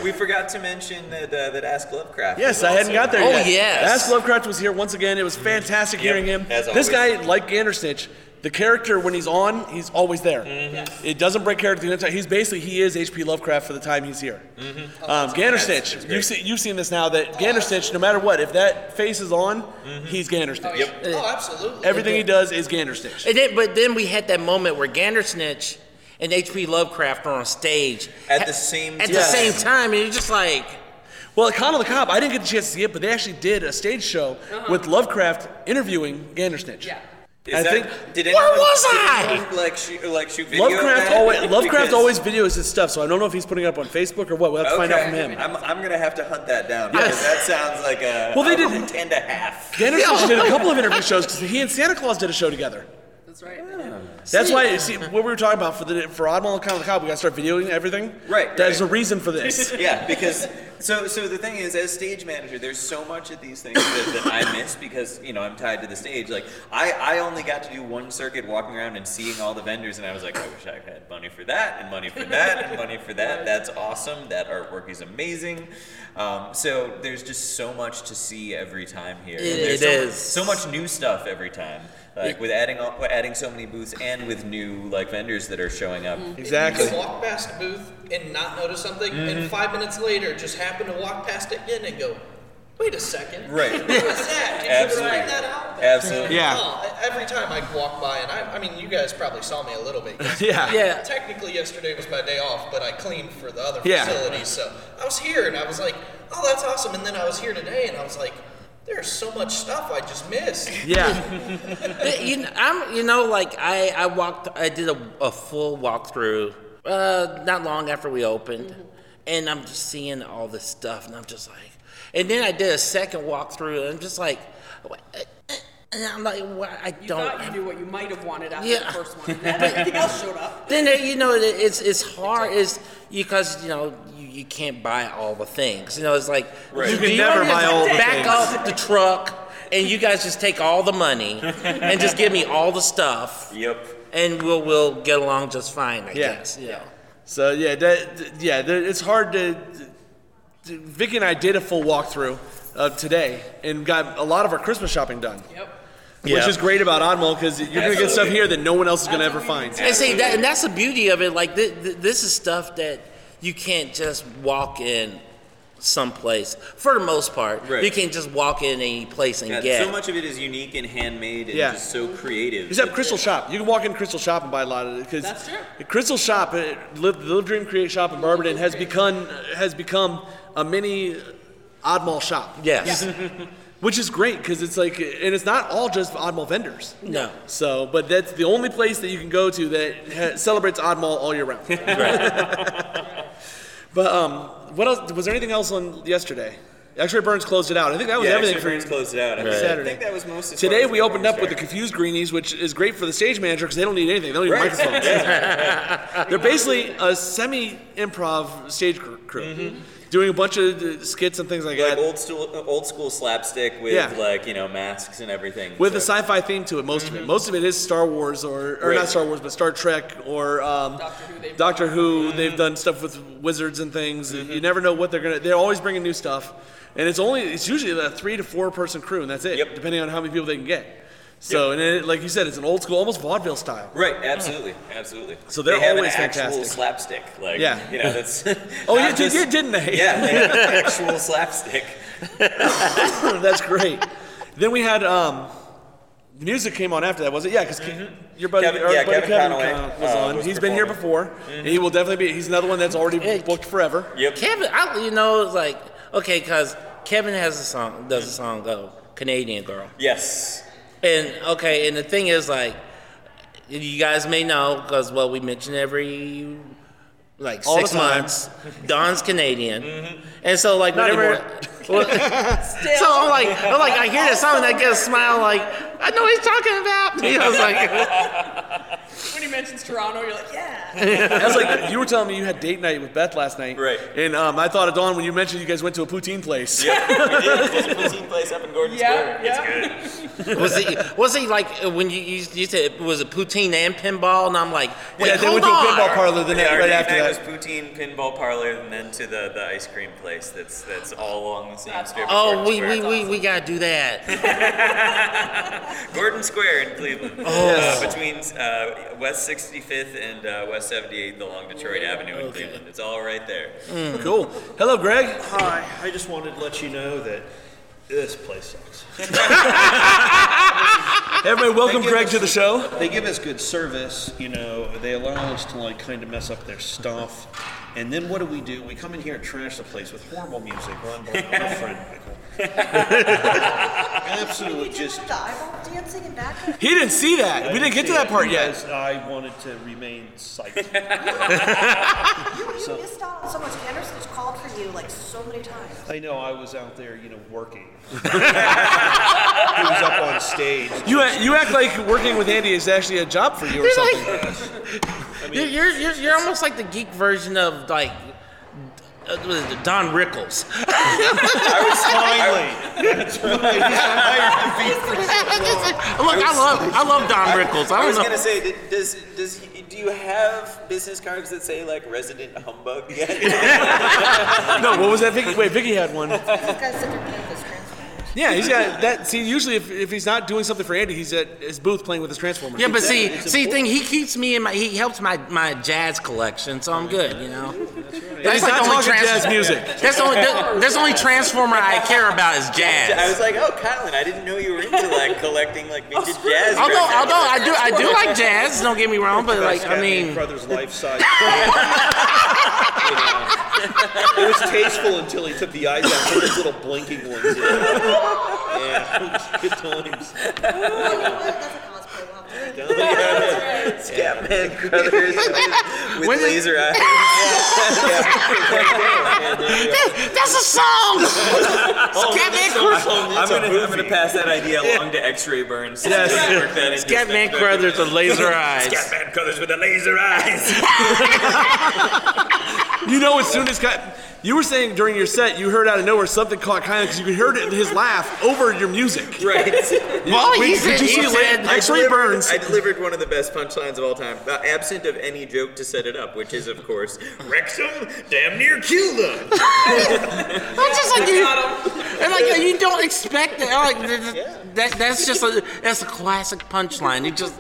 S11: We forgot to mention that uh, that Ask Lovecraft.
S5: Yes,
S11: was
S5: I hadn't
S11: also-
S5: got there yet.
S10: yes.
S5: Ask Lovecraft was here once again. It was fantastic hearing him.
S11: as
S5: This
S11: always.
S5: guy, like Gandersnitch, the character when he's on, he's always there.
S11: Mm-hmm.
S5: It doesn't break character the entire time. He's basically he is H.P. Lovecraft for the time he's here.
S11: Mm-hmm.
S13: Oh,
S5: Um, Gandersnitch, you've, seen you've seen this now that Gandersnitch, no matter what, if that face is on,
S11: Mm-hmm.
S5: he's Gandersnitch.
S13: Oh, absolutely.
S5: Everything he does is Gandersnitch.
S10: And then, but then we had that moment where Gandersnitch and H.P. Lovecraft are on stage
S11: At the same
S10: at the
S11: time.
S10: same time, and you're just like,
S5: Well, at Con of the Cop, I didn't get the chance to see it, but they actually did a stage show
S13: Uh-huh.
S5: with Lovecraft interviewing Gandersnitch. Yeah.
S11: Is
S5: I
S11: that-
S5: think
S11: Did
S5: Where
S11: anyone,
S5: was
S11: did
S5: I?
S11: anyone, like shoot, like shoot video. of
S5: Lovecraft
S11: that?
S5: always Lovecraft
S11: Because-
S5: always videos his stuff, so I don't know if he's putting it up on Facebook or what. We'll have to find out from
S11: Okay.
S5: him.
S11: I'm, I'm gonna have to hunt that down. because That sounds like a
S5: Well, they
S11: a
S5: didn't-
S11: ten to half.
S5: Gandersnitch did a couple of interview shows because he and Santa Claus did a show together.
S12: That's right.
S5: That's why see what we were talking about for the for Oddball and Con of the Cop, we got to start videoing everything.
S11: Right,
S5: There's
S11: right.
S5: a reason for this.
S11: yeah, because so so the thing is, as stage manager, there's so much of these things that, that I miss because you know I'm tied to the stage. Like I I only got to do one circuit, walking around and seeing all the vendors, and I was like, I wish I had money for that and money for that and money for that. That's awesome. That artwork is amazing. Um, so there's just so much to see every time here.
S10: It-
S11: There's
S10: it
S11: so,
S10: is.
S11: so much new stuff every time. Like with adding all- adding so many booths and with new like vendors that are showing up.
S5: Mm-hmm.
S13: You can walk past a booth and not notice something,
S12: Mm-hmm.
S13: and five minutes later, just happen to walk past it again and go, wait a second.
S11: Right.
S13: What was that? Did
S11: Absolutely.
S13: you bring that out?
S11: Absolutely. Yeah.
S13: Oh, every time I walk by, and I, I mean, you guys probably saw me a little bit.
S5: Yeah.
S10: Yeah.
S13: Technically, yesterday was my day off, but I cleaned for the other
S5: Yeah.
S13: facilities. So I was here, and I was like, oh, that's awesome. And then I was here today, and I was like, there's so much stuff I just missed.
S10: Yeah. you, know, I'm, you know, like I, I walked, I did a, a full walkthrough
S12: Mm-hmm.
S10: uh, not long after we opened, and I'm just seeing all this stuff, and I'm just like, And then I did a second walkthrough, and I'm just like, what- uh, uh, and I'm like, well, I
S12: You
S10: don't.
S12: thought you knew what you might have wanted after
S10: Yeah.
S12: the first one. And then everything else showed up.
S10: then there, you know it- it's it's hard is because you know you, you can't buy all the things you know it's like
S5: Right.
S10: do
S5: You can
S10: want
S5: never
S10: me to
S5: buy all the
S10: back
S5: things.
S10: off the truck and you guys just take all the money and just give me all the stuff
S11: yep
S10: and we'll we'll get along just fine I
S5: Yeah.
S10: guess yeah
S5: So yeah, that th- yeah, there, it's hard to. th- th- Vicky and I did a full walkthrough uh, today and got a lot of our Christmas shopping done. Yep. Which
S10: Yeah.
S5: is great about Oddmall because you're going to get stuff
S10: Absolutely.
S5: here that no one else is going to ever find.
S10: and see that and that's the beauty of it like th- th- this is stuff that you can't just walk in someplace for the most part
S11: Right.
S10: you can't just walk in any place and
S11: Yeah,
S10: get
S11: So much of it is unique and handmade and
S5: Yeah.
S11: just so creative.
S5: Except Crystal Shop, you can walk in Crystal Shop and buy a lot of it because
S11: That's true.
S5: Crystal Shop, uh, Live, Little Dream Create Shop in Barberton has become has become a mini Oddmall shop.
S10: Yes.
S5: Which is great because it's like, and it's not all just Oddmall vendors.
S10: No.
S5: So, but that's the only place that you can go to that ha- celebrates Oddmall all year round. but um, what else? Was there anything else on yesterday? X-Ray Burns closed it out. I think that was
S11: Yeah,
S5: everything
S11: X-Ray
S5: for
S11: Burns closed it out. I
S5: for
S11: think- I
S5: Saturday.
S11: think that was most as
S5: Today
S11: far as
S5: we
S11: we're
S5: opened up
S11: going
S5: with the Confused Greenies, which is great for the stage manager because they don't need anything. They don't need
S11: Right.
S5: microphones. They're basically a semi-improv stage cr- crew, doing a bunch of uh, skits and things like,
S11: Mm-hmm. Like
S5: that,
S11: old school, old school slapstick with
S5: Yeah.
S11: like you know masks and everything.
S5: with a
S11: so-
S5: sci-fi theme to it. Most of it. Most of it is Star Wars or, or
S11: Mm-hmm. Right.
S5: not Star Wars, but Star Trek or um, Doctor Who. They've,
S11: Mm-hmm.
S5: done stuff with wizards and things. You never know what they're gonna. They're always bringing new stuff, and it's only it's usually a three to four person crew, and that's it. Depending on how many people they can get. So and it, like you said, it's an old school, almost vaudeville style.
S11: Right, absolutely, absolutely.
S5: So they're
S11: they have
S5: always
S11: an actual
S5: fantastic.
S11: slapstick, like
S5: Yeah.
S11: you know that's.
S5: Oh,
S11: not
S5: yeah, they did, didn't they?
S11: Yeah, they have an actual slapstick.
S5: That's great. Then we had um, the music came on after that, was it? Yeah, because your buddy,
S11: Mm-hmm. Kevin-
S5: our
S11: yeah,
S5: buddy
S11: Kevin
S5: Kevin
S11: Conway,
S5: uh, was
S11: uh,
S5: on.
S11: was Mm-hmm.
S5: he's been here before, and he will definitely be. He's another one that's already booked forever.
S10: Kevin, I, you know, it's like okay, cause Kevin has a song, does a song, go Canadian Girl.
S11: Yes.
S10: And okay, and the thing is, like, you guys may know, cause well, we mention every like
S5: All the
S10: six
S5: time. Mm-hmm.
S10: months. Don's Canadian, and so like
S5: Not
S10: whenever.
S5: anymore.
S10: Well, so I'm like, I'm like, I hear this song and I get a smile, like I know what he's talking about. You know, it's like,
S12: when he mentions Toronto, you're like, yeah.
S5: I was like, you were telling me you had date night with Beth last night, right? And um, I thought of Dawn when you mentioned you guys went to a poutine place.
S11: Yeah, we did. There's a poutine place up in Gordon Square. It's good.
S10: was he was he like when you you, you said it was a poutine and pinball, and I'm like, wait,
S5: Yeah, they
S10: hold
S5: went to a
S10: on.
S5: pinball parlor the
S11: Yeah,
S5: night
S11: our
S5: right
S11: date
S5: after
S11: night
S5: that.
S11: was poutine, pinball parlor, and then to the, the ice cream place. That's that's all along the same strip. of
S10: Oh,
S11: Gordon
S10: we,
S11: Square.
S10: we, we, we gotta do that.
S11: Gordon Square in Cleveland.
S10: Oh.
S11: Uh, between uh, West 65th and uh, West 78th along Detroit Avenue in Cleveland. It's all right there.
S5: Cool. Hello, Greg.
S18: Hi. I just wanted to let you know that this place sucks.
S5: Everybody, welcome Greg to the show.
S18: They give us good service. You know, they allow us to like kind of mess up their stuff. And then what do we do? We come in here and trash the place with horrible music run by our friend Michael. Absolutely just
S16: The eyeball dancing and back.
S5: He didn't see that.
S18: I
S5: we didn't get to
S18: see
S5: that
S18: it
S5: part yet.
S18: because I wanted to remain psyched.
S16: You, you missed out on so much. Anderson's called for you like so many times.
S18: I know I was out there, you know, working. he was up on stage.
S5: You act, you act like working with Andy is actually a job for you or
S10: You're
S5: something.
S10: You're, you're, you're, you're almost like the geek version of like uh, what is it, Don Rickles.
S18: That's right.
S10: Look, I love I love Don Rickles. I
S11: I
S10: don't
S11: was
S10: know.
S11: gonna say, did, does does he, do you have business cards that say like resident humbug yet?
S5: no, what was that? Vicky? Wait, Vicky had one.
S16: guys said they're paying this
S5: Yeah, he's got that. See, usually if, if he's not doing something for Andy, he's at his booth playing with his Transformers.
S10: Yeah, but see, see, thing he keeps me in my he helps my my jazz collection, so I'm good, you know.
S5: And he's
S10: like
S5: not
S10: the only
S5: talking
S10: trans-
S5: jazz music.
S10: That's the only that- that's the only transformer I care about is jazz.
S11: I was like, oh, Kylan, I didn't know you were into like collecting like
S10: Oh,
S11: vintage jazz.
S10: although
S11: records.
S10: although I do I do like jazz. Don't get me wrong, but like I mean,
S18: brother's life size. It was tasteful until he took the eyes out for his little blinking ones. in. Yeah, good times.
S16: Well, you know what? That's a cosplay. We'll have to do it.
S11: Scatman Crothers with, with laser eyes.
S10: That's a song.
S11: Oh, Scatman Crothers. I'm gonna, I'm gonna pass that idea along to X-Ray Burns.
S10: Yes.
S11: Work that into
S10: Scatman
S11: effect.
S10: Crothers with laser eyes.
S11: Scatman Crothers with the laser eyes.
S5: You know, as soon as Ky- you were saying during your set, you heard out of nowhere something caught Kylan because you could hear it- his laugh over your music.
S11: Right.
S5: Well, we- did you see La- X-ray
S11: delivered-
S5: burns?
S11: I delivered one of the best punchlines of all time, uh, absent of any joke to set it up, which is, of course, Wrexham damn near killed them.
S10: That's just like you. And like you don't expect that. Like th- th- that. That's just a. That's a classic punchline. You just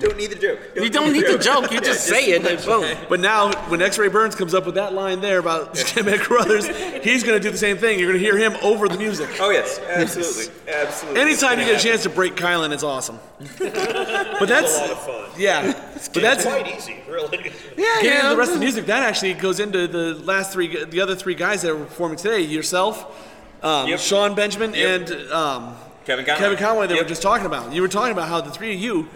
S11: don't need the joke.
S10: you don't need the joke. You just say it. And boom.
S5: But now, when X-Ray Burns comes up with that line there about Scatman Crothers, he's going to do the same thing. You're going to hear him over the music.
S11: Oh yes, absolutely, absolutely.
S5: Anytime you get a chance to break Kylan, it's awesome. But that's
S18: a lot of fun.
S5: Yeah, but that's
S18: quite easy, really.
S5: yeah, yeah. the rest of the music that actually goes into the last three, gu- the other three guys that were performing today. Yourself, um,
S11: Yep.
S5: Sean Benjamin, and um,
S11: Kevin Conway.
S5: Kevin Conway. They
S11: Yep.
S5: were just talking about. You were talking about how the three of you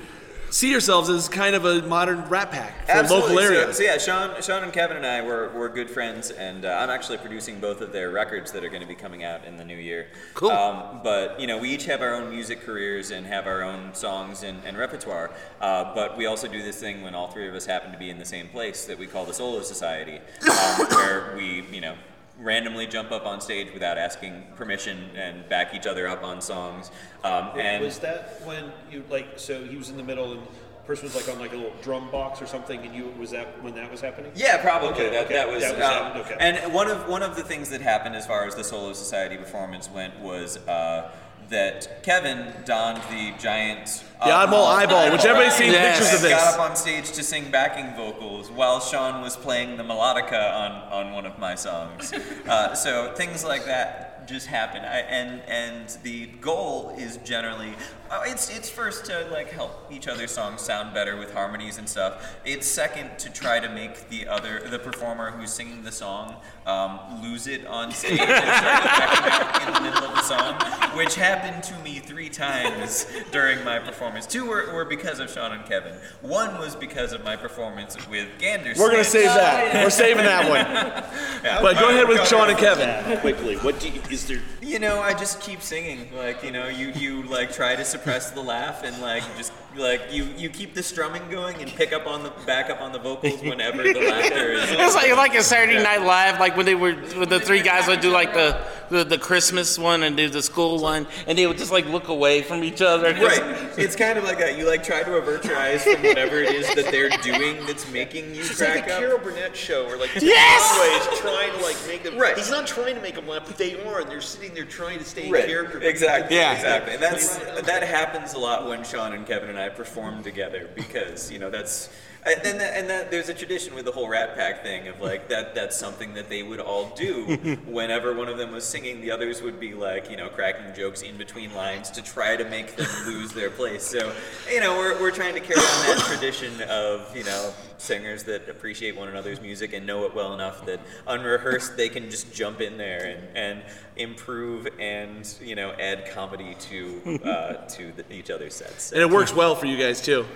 S5: see yourselves as kind of a modern Rat Pack for
S11: Absolutely.
S5: local area.
S11: So, so yeah, Sean, Sean and Kevin and I were, were good friends, and uh, I'm actually producing both of their records that are going to be coming out in the new year. Cool. Um, but you know, we each have our own music careers and have our own songs and, and repertoire. Uh, but we also do this thing when all three of us happen to be in the same place that we call the Solo Society, um, where we you know randomly jump up on stage without asking permission and back each other up on songs. Um, and
S18: was that when you like? So he was in the middle, and the person was like on like a little drum box or something, and you was that when that was happening?
S11: Yeah, probably.
S18: Okay,
S11: that,
S18: okay.
S11: that was. um,
S18: happening, okay.
S11: And one of one of the things that happened as far as the solo society performance went was uh, that Kevin donned the giant. uh,
S5: The oddball eyeball, which everybody's seen Yes. pictures of
S11: And Got
S5: this.
S11: up on stage to sing backing vocals while Sean was playing the melodica on, on one of my songs. uh, so things like that just happen. I, and and the goal is generally uh, it's it's first to like help each other's songs sound better with harmonies and stuff. It's second to try to make the other the performer who's singing the song um, lose it on stage and start to back out in the middle of the song, which happened to me three times during my performance. Two were, were because of Sean and Kevin. One was because of my performance with Ganderson.
S5: We're gonna save that. We're saving that one.
S11: Yeah.
S5: But go ahead with Sean and Kevin.
S18: Quickly, what do you, is there?
S11: You know, I just keep singing. Like, you know, you you like try to suppress the laugh and like just like you you keep the strumming going and pick up on the back up on the vocals whenever the laughter is.
S10: It's like like a Saturday Night Live, like when they were when the three guys would do like the, the the Christmas one and do the school one, and they would just like look away from each other.
S11: Right. It's kind of like that. You like try to avert your eyes from whatever it is that they're doing that's making you
S18: It's like
S11: crack
S18: the
S11: up.
S18: Carol Burnett show, where like Tim
S11: Yes!
S18: Conway is trying to like make them.
S11: Right.
S18: He's not trying to make them laugh, but they are, and they're sitting there trying to stay in character.
S11: Exactly. Exactly. And that's that happens a lot when Sean and Kevin and I perform together because you know that's. And then that, and that, there's a tradition with the whole Rat Pack thing of like that that's something that they would all do whenever one of them was singing the others would be like you know cracking jokes in between lines to try to make them lose their place so you know we're, we're trying to carry on that tradition of you know singers that appreciate one another's music and know it well enough that unrehearsed they can just jump in there and, and improve and you know add comedy to uh, to the, each other's sets
S5: And it works well for you guys too.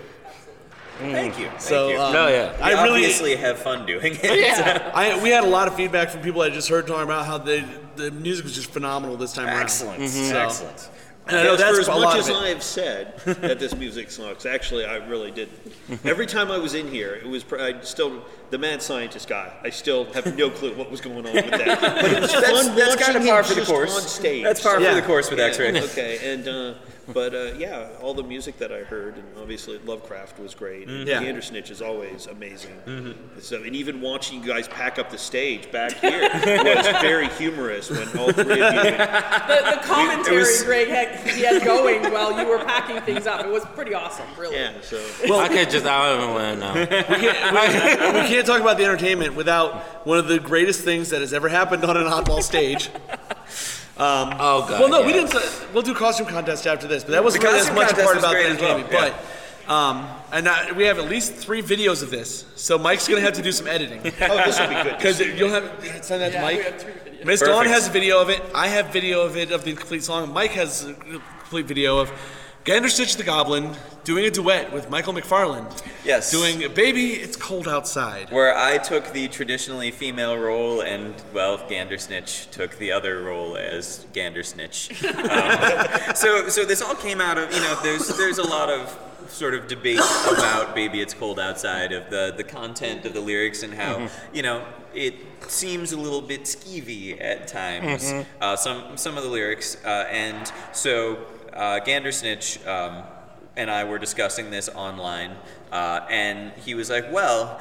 S11: Thank you. Thank
S5: So,
S11: you.
S5: um, No, yeah.
S11: We
S5: I really-
S11: obviously have fun doing it.
S5: I, we had a lot of feedback from people I just heard talking about how they, the music was just phenomenal this time
S18: Excellent.
S5: around. So-
S18: Excellent.
S5: And I know that's
S18: for as
S5: a
S18: much
S5: lot
S18: as
S5: of it.
S18: I have said that this music sucks. Actually, I really did. Every time I was in here, it was pr- I still the mad scientist guy. I still have no clue what was going on with that. But it was
S11: That's-
S18: fun
S11: that's
S18: watching
S11: kinda
S18: him
S11: par for the
S18: just
S11: course.
S18: on stage.
S11: That's par for Yeah. the course with X-Ray.
S18: Yeah, Okay, and uh, but uh, yeah, all the music that I heard, and obviously Lovecraft was
S5: Mhm.
S18: great. And
S5: Yeah.
S12: Mm-hmm.
S18: The Andersonich is always amazing. So, and even watching you guys pack up the stage back here was very humorous when all three of you
S12: The, the commentary
S18: was-
S12: Greg had, he had going while you were packing things up, it was pretty awesome, really.
S18: Yeah, so.
S10: Well, I could just I don't want to know.
S5: we, can't, we- we can't talk about the entertainment without one of the greatest things that has ever happened on an oddball stage. Um,
S10: oh God,
S5: Well, no, we
S10: yeah.
S5: didn't. s- We'll do costume contest after this, but that wasn't
S10: The
S5: really as
S10: costume
S5: much a
S10: contest
S5: part
S10: was
S5: about the
S10: great as well,
S5: entertainment. But um, and I, we have at least three videos of this, so Mike's gonna have to do some editing.
S18: Oh, this will be good.
S5: Because you'll have send that to Mike. Miss
S18: Perfect.
S5: Dawn has a video of it. I have video of it of the complete song. Mike has a complete video of
S19: Ganderstitch the Goblin doing a duet with Michael McFarland.
S11: Yes.
S19: Doing Baby, It's Cold Outside.
S11: Where I took the traditionally female role, and well, Gandersnitch took the other role as Gandersnitch. Um, so, so this all came out of you know, there's there's a lot of sort of debate about "Baby, It's Cold Outside" of the the content of the lyrics and how
S18: Mhm.
S11: you know it seems a little bit skeevy at times.
S18: Mhm.
S11: Uh, some some of the lyrics, uh, and so uh, Gandersnitch. Um, and I were discussing this online, uh, and he was like, "Well,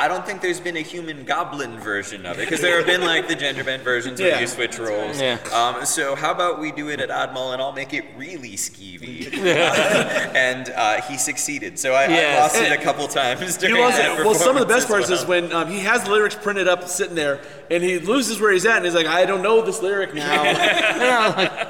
S11: I don't think there's been a human goblin version of it because there have been like the gender bent versions where
S18: Yeah.
S11: you switch roles.
S18: Yeah.
S11: Um, so how about we do it at Oddmall and I'll make it really skeevy."
S18: Yeah.
S11: Uh, and uh, he succeeded. So I,
S5: Yes.
S11: I lost it a couple times during
S5: You lost
S11: that
S5: it. Well, some of the best
S11: performance as
S5: parts
S11: well.
S5: is when um, he has the lyrics printed up, sitting there, and he loses where he's at, and he's like, "I don't know this lyric now." And I'm like,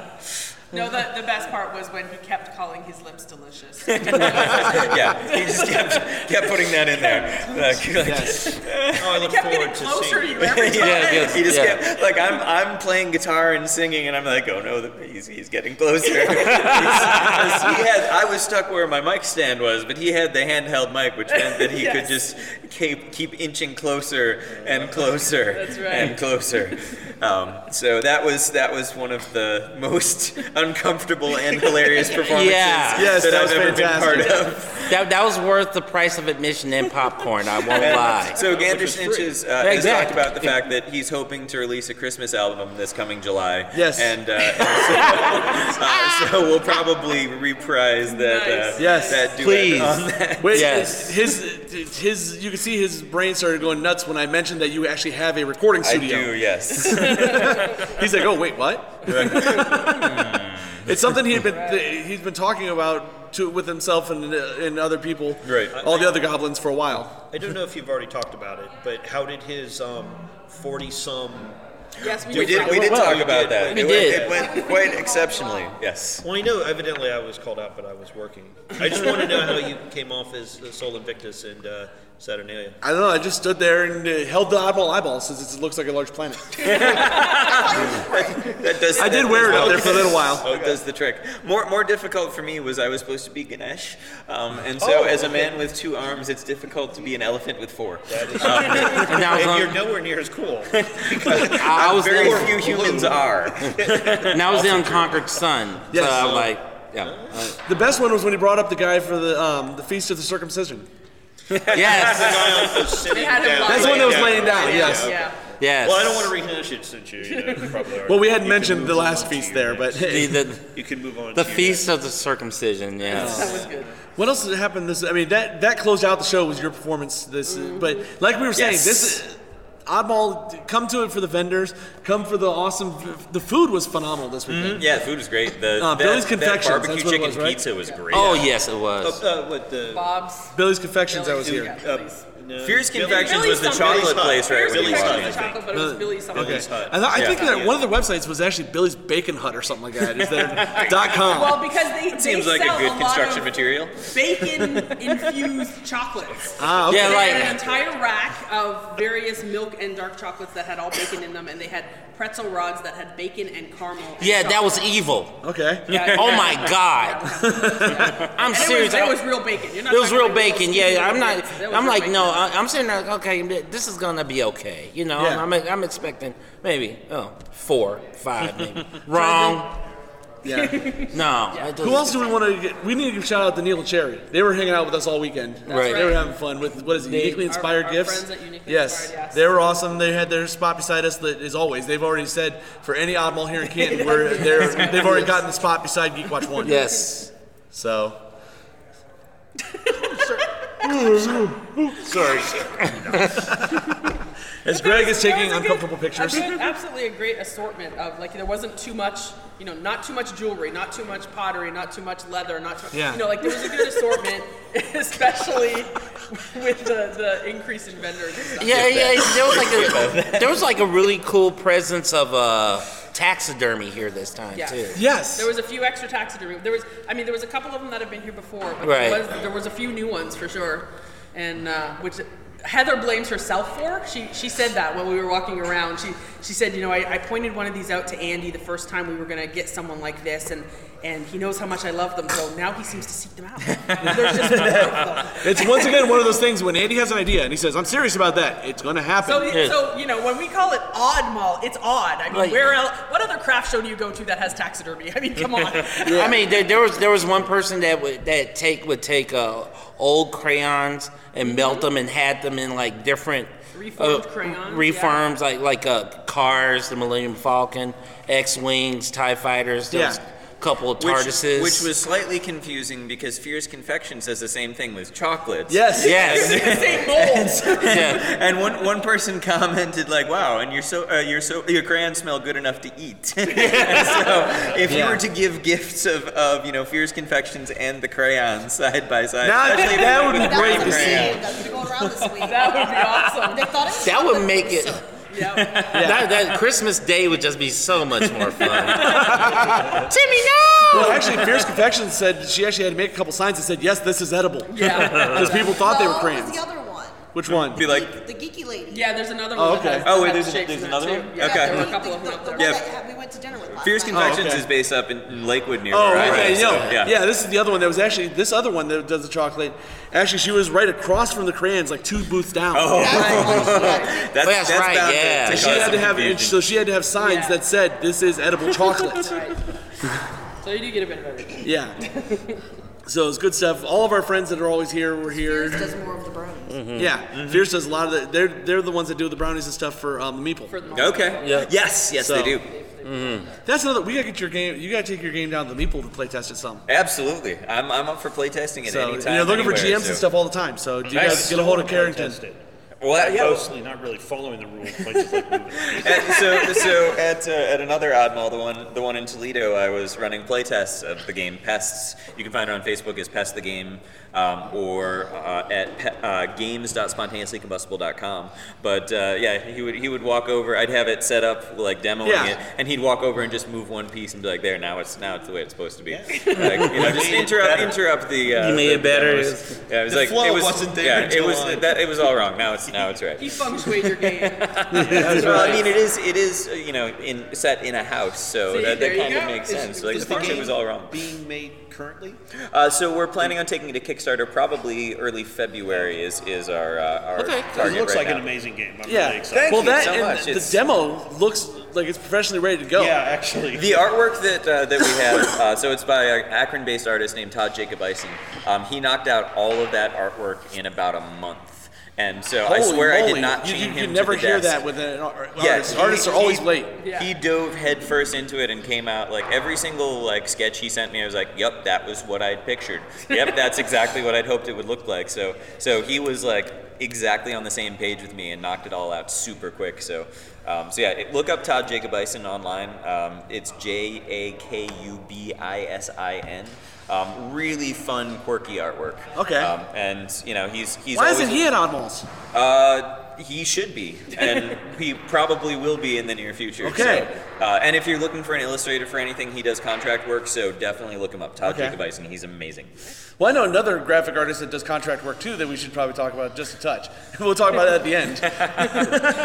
S12: No, the, the best part was when he kept calling his lips delicious.
S11: yeah, he just kept kept putting that in there. Like, like-
S12: Yes. Oh, I look Kept getting forward to closer seeing to you you. every time.
S11: yeah,
S12: Yes,
S11: he just
S12: yeah.
S11: kept like I'm I'm playing guitar and singing, and I'm like, oh no, the, he's he's getting closer. He's- 'cause he had I was stuck where my mic stand was, but he had the handheld mic, which meant that he
S18: Yes.
S11: could just keep keep inching closer and closer
S18: That's right.
S11: and closer. Um, so that was that was one of the most uncomfortable and hilarious performances that, I've ever been part of.
S10: That, that was worth the price of admission and popcorn. I won't
S11: And
S10: lie.
S11: So Gandersnitch is, uh, has talked
S10: Exactly.
S11: about the fact that he's hoping to release a Christmas album this coming July.
S5: Yes.
S11: And, uh, and so, uh, so we'll probably reprise that. Uh,
S5: yes,
S11: That duet
S5: please.
S11: On that.
S5: Wait, his his you can see his brain started going nuts when I mentioned that you actually have a recording
S11: I
S5: studio.
S11: do. Yes.
S5: He's like, "Oh wait, what?" it's something he'd been he's been talking about to with himself and uh, and other people,
S18: Right.
S5: All the other goblins for a while.
S18: I don't know if you've already talked about it, but how did his um, 40 some.
S12: Yes,
S11: we did- we did talk about that. We It went- did. it went quite exceptionally. Yes.
S18: Well, I know. Evidently, I was called out, but I was working. I just want to know how you came off as uh, Sol Invictus and uh, Saturnalia.
S5: I don't know. I just stood there and uh, held the eyeball eyeball since it looks like a large planet.
S11: That does.
S5: I did wear it out there for a little while.
S11: Oh, it does the trick. More more difficult for me was I was supposed to be Ganesh, um, and so
S18: Oh,
S11: as a
S18: okay.
S11: man with two arms, it's difficult to be an elephant with four. Um,
S18: and you're nowhere near as cool.
S10: I was
S11: very
S10: the-
S11: few humans are.
S10: and that was the Unconquered Son.
S5: Yes.
S10: So I'm like, yeah.
S5: The best one was when he brought up the guy for the um, the feast of the circumcision.
S18: yes.
S5: They had him lying That's the one that was down. laying down, yes. Yes.
S18: Well, I don't want to rehash it since you, you know, you probably already-
S5: Well, we hadn't
S18: you can
S5: mentioned
S18: move
S5: the
S18: on
S5: last
S18: to
S5: feast
S18: your
S5: there,
S18: next-
S5: but
S10: The, the,
S18: you can move on.
S10: the
S18: to your
S10: feast of the circumcision, yes.
S5: What else happened? This I mean that that closed out the show was your performance. This, but like we were saying,
S11: Yes.
S5: this is- oddball. Come to it for the vendors. Come for the awesome. The food was phenomenal this weekend.
S11: Yeah, the food was great. The
S5: Uh,
S11: that-
S5: Billy's
S11: that
S5: Confections,
S11: barbecue
S5: that's what it
S11: chicken
S5: was, right?
S11: pizza was great.
S5: Oh, yes, it was.
S18: Uh, uh, what the uh,
S12: Bob's
S5: Billy's Confections. I was here.
S11: Fierce Confections was the chocolate place, right? Really
S5: Okay. I, thought, I think that one of their websites was actually Billy's Bacon Hut or something like that. Is there dot com?
S12: Well, because they, they
S11: Seems like
S12: sell
S11: a good
S12: lot
S11: construction
S12: of
S11: material.
S12: bacon infused chocolates.
S11: Ah, okay. Yeah,
S12: They
S11: like-
S12: had an entire rack of various milk and dark chocolates that had all bacon in them, and they had pretzel rods that had bacon and caramel. and
S10: Yeah, that was
S12: chocolate.
S10: evil.
S5: Okay.
S10: oh my god. I'm
S12: And
S10: serious.
S12: It was, it was real bacon. You're not
S10: it was
S12: talking
S10: real
S12: about
S10: bacon.
S12: those
S10: Yeah,
S12: little
S10: I'm not.
S12: bits. That was
S10: I'm
S12: real
S10: like,
S12: bacon.
S10: no. I- I'm sitting there. Okay, this is gonna be okay. You know,
S12: Yeah.
S10: I'm, I'm expecting maybe oh four, five, maybe wrong.
S5: Yeah.
S10: No. I
S5: Who else do we want to get? We need to give a shout out to Neil and Cherry. They were hanging out with us all weekend.
S10: Right.
S5: They were having fun with what is it,
S10: They-
S5: uniquely
S10: Our-
S5: inspired
S10: our
S5: gifts.
S10: friends at Uniquely
S5: yes.
S10: Inspired, yes.
S5: They were awesome. They had their spot beside us. That is always. They've already said for any oddball here in Canton, we're they're, they've already gotten the spot beside Geek Watch One.
S10: Yes.
S5: So. Sorry. As Greg is taking uncomfortable pictures.
S12: A good- absolutely a great assortment of like there wasn't too much, you know, not too much jewelry, not too much pottery, not too much leather, not too
S5: Yeah.
S12: you know, like there was a good assortment, especially with the, the increase in vendors. and stuff.
S10: Yeah, yeah. There was like a there was like a really cool presence of uh, taxidermy here this time
S12: Yeah.
S10: too.
S12: There was a few extra taxidermy. There was, I mean, there was a couple of them that have been here before, but
S10: Right.
S12: there, was, there was a few new ones for sure, and uh, which Heather blames herself for. She she said that when we were walking around. She she said, you know, I, I pointed one of these out to Andy the first time we were gonna get someone like this, and and he knows how much I love them, so now he seems to seek them out. There's just more of them.
S5: It's once again one of those things when Andy has an idea and he says, "I'm serious about that. It's going to happen."
S12: So, so you know, when we call it odd mall, it's odd. I mean,
S10: Right.
S12: where else? What other craft show do you go to that has taxidermy? I mean, come on.
S10: I mean, there, there was there was one person that would that take would take uh, old crayons and melt them and had them in like different
S12: Mm-hmm.
S10: uh,
S12: Reformed crayons,
S10: reforms like like uh, cars, the Millennium Falcon, X wings, Tie fighters, those
S11: Yeah.
S10: couple of
S11: Which-
S10: Tardises.
S11: Which, was slightly confusing because Fierce Confection says the same thing with chocolates.
S10: Yes. Yes. It's the
S12: same
S11: mold. And one, one person commented like, "Wow, and you're so uh, you're so your crayons smell good enough to eat." And so if you
S5: Yeah.
S11: were to give gifts of, of you know Fierce Confections and the crayons side by side,
S5: Now,
S11: especially if
S5: that
S11: you
S5: would be
S11: went with
S5: great
S11: the
S5: to see.
S11: crayons.
S12: that would be awesome.
S6: They thought it was
S10: That would make it. That, that Christmas Day would just be so much more fun. Timmy, no!
S5: Well, actually, Fierce Confections said she actually had to make a couple signs that said, "Yes, this is edible."
S11: Yeah.
S5: Because people thought they were
S6: No, it was
S5: crayons.
S6: the other one.
S5: Which one?
S11: Be like,
S6: The geeky lady.
S12: Yeah, there's another
S5: Oh, one that okay. has-
S11: oh
S5: that
S11: wait, there's,
S5: shapes
S11: there's
S5: in it
S11: another
S5: too.
S11: one.
S5: Yeah,
S11: okay.
S5: there were a
S12: couple of them out there.
S11: Yeah.
S6: We went to dinner with
S11: Fierce
S5: Oh,
S11: Confections
S5: okay.
S11: is based up in- in Lakewood near
S5: Oh,
S11: where I
S5: okay,
S11: live,
S5: yo,
S11: so,
S5: yeah. This is the other one that was actually this other one that does the chocolate. Actually, she was right across from the crayons, like two booths down.
S11: Oh. That's-
S5: Oh,
S11: That's that's right, bound to- yeah. to
S5: And she
S11: cause
S5: had to have,
S11: some
S5: and so she had to have signs
S12: Yeah.
S5: that said, "This is edible chocolate."
S12: So you do get a bit of everything.
S5: yeah. So it's good stuff. All of our friends that are always here were here.
S6: Does more of the brownies.
S10: Mm-hmm.
S5: Yeah, Fierce does a lot of the. They're they're the ones that do the brownies and stuff for um, the meeple.
S11: Okay. Yes, yes, they do.
S5: That's another. We gotta get your game. You gotta take your game down to the meeple to play test it some.
S11: Absolutely. I'm, I'm up for playtesting at
S5: So
S11: any
S5: and
S11: time.
S5: you're looking for
S11: anywhere,
S5: GMs
S11: so.
S5: and stuff all the time. So do you
S11: Nice.
S5: guys get a hold of Carrington?
S11: Well, yeah.
S18: Mostly not really following the rules. Like, just like moving.
S11: At- so, so at, uh, at another odd mall, the one the one in Toledo, I was running playtests of the game Pests. You can find it on Facebook as Pest the Game um, or uh, at pe- uh, games.spontaneouslycombustible.com. But uh, yeah, he would he would walk over. I'd have it set up like demoing
S5: Yeah.
S11: it, and he'd walk over and just move one piece and be like, "There, now it's now it's the way it's supposed to be." Like, you know, just interrupt interrupt the. Uh,
S10: You made
S11: the
S10: it better.
S11: demos. Yeah, it was
S10: The
S11: like
S10: flow
S11: it was,
S10: wasn't there
S11: Yeah, it
S10: until
S11: was
S10: on.
S11: that it was all wrong. Now it's now it's right.
S12: He feng shuied your game.
S11: well, I mean, it is it is uh, you know in set in a house, so
S12: See,
S11: that,
S12: there
S11: that
S12: you
S11: kind
S12: go.
S11: of makes
S12: Is-
S11: sense. Like
S12: is
S11: the
S12: the
S11: function
S12: game-
S11: was all wrong.
S18: Being made currently?
S11: Uh, so we're planning on taking it to Kickstarter probably early February is is our uh, our
S18: Okay.
S11: target
S18: It looks
S11: right
S18: like an
S11: now.
S18: amazing game. I'm
S5: Yeah.
S18: really excited.
S5: well, that and the
S11: It's-
S5: demo looks like it's professionally ready to go.
S18: Yeah, actually.
S11: The artwork that uh, that we have, uh, so it's by an Akron-based artist named Todd Jacob Ison. Um, he knocked out all of that artwork in about a month, and so I
S5: Holy
S11: swear I
S5: moly.
S11: did not
S5: You,
S11: chain
S5: you,
S11: him
S5: you
S11: to
S5: never
S11: the
S5: hear
S11: desk.
S5: that with an ar-
S11: Yeah,
S5: artist.
S11: he-
S5: artists are always
S11: he-
S5: late.
S11: He dove headfirst into it and came out like every single like sketch he sent me. I was like, "Yep, that was what I'd pictured. Yep, that's exactly what I'd hoped it would look like." So, so he was like exactly on the same page with me and knocked it all out super quick. So, um, so yeah, it- look up Todd Jacob Ison online. Um, it's J A K U B I S I N. Um, really fun, quirky artwork.
S5: Okay.
S11: Um, and you know he's he's.
S5: Why
S11: always
S5: isn't he at Oddmalls?
S11: uh, he should be, and he probably will be in the near future.
S5: Okay.
S11: So, uh, and if you're looking for an illustrator for anything, he does contract work, so definitely look him up. Todd
S5: Okay.
S11: Jacob Ison, he's amazing.
S5: Well, I know another graphic artist that does contract work too that we should probably talk about just a touch. we'll talk about that at the end.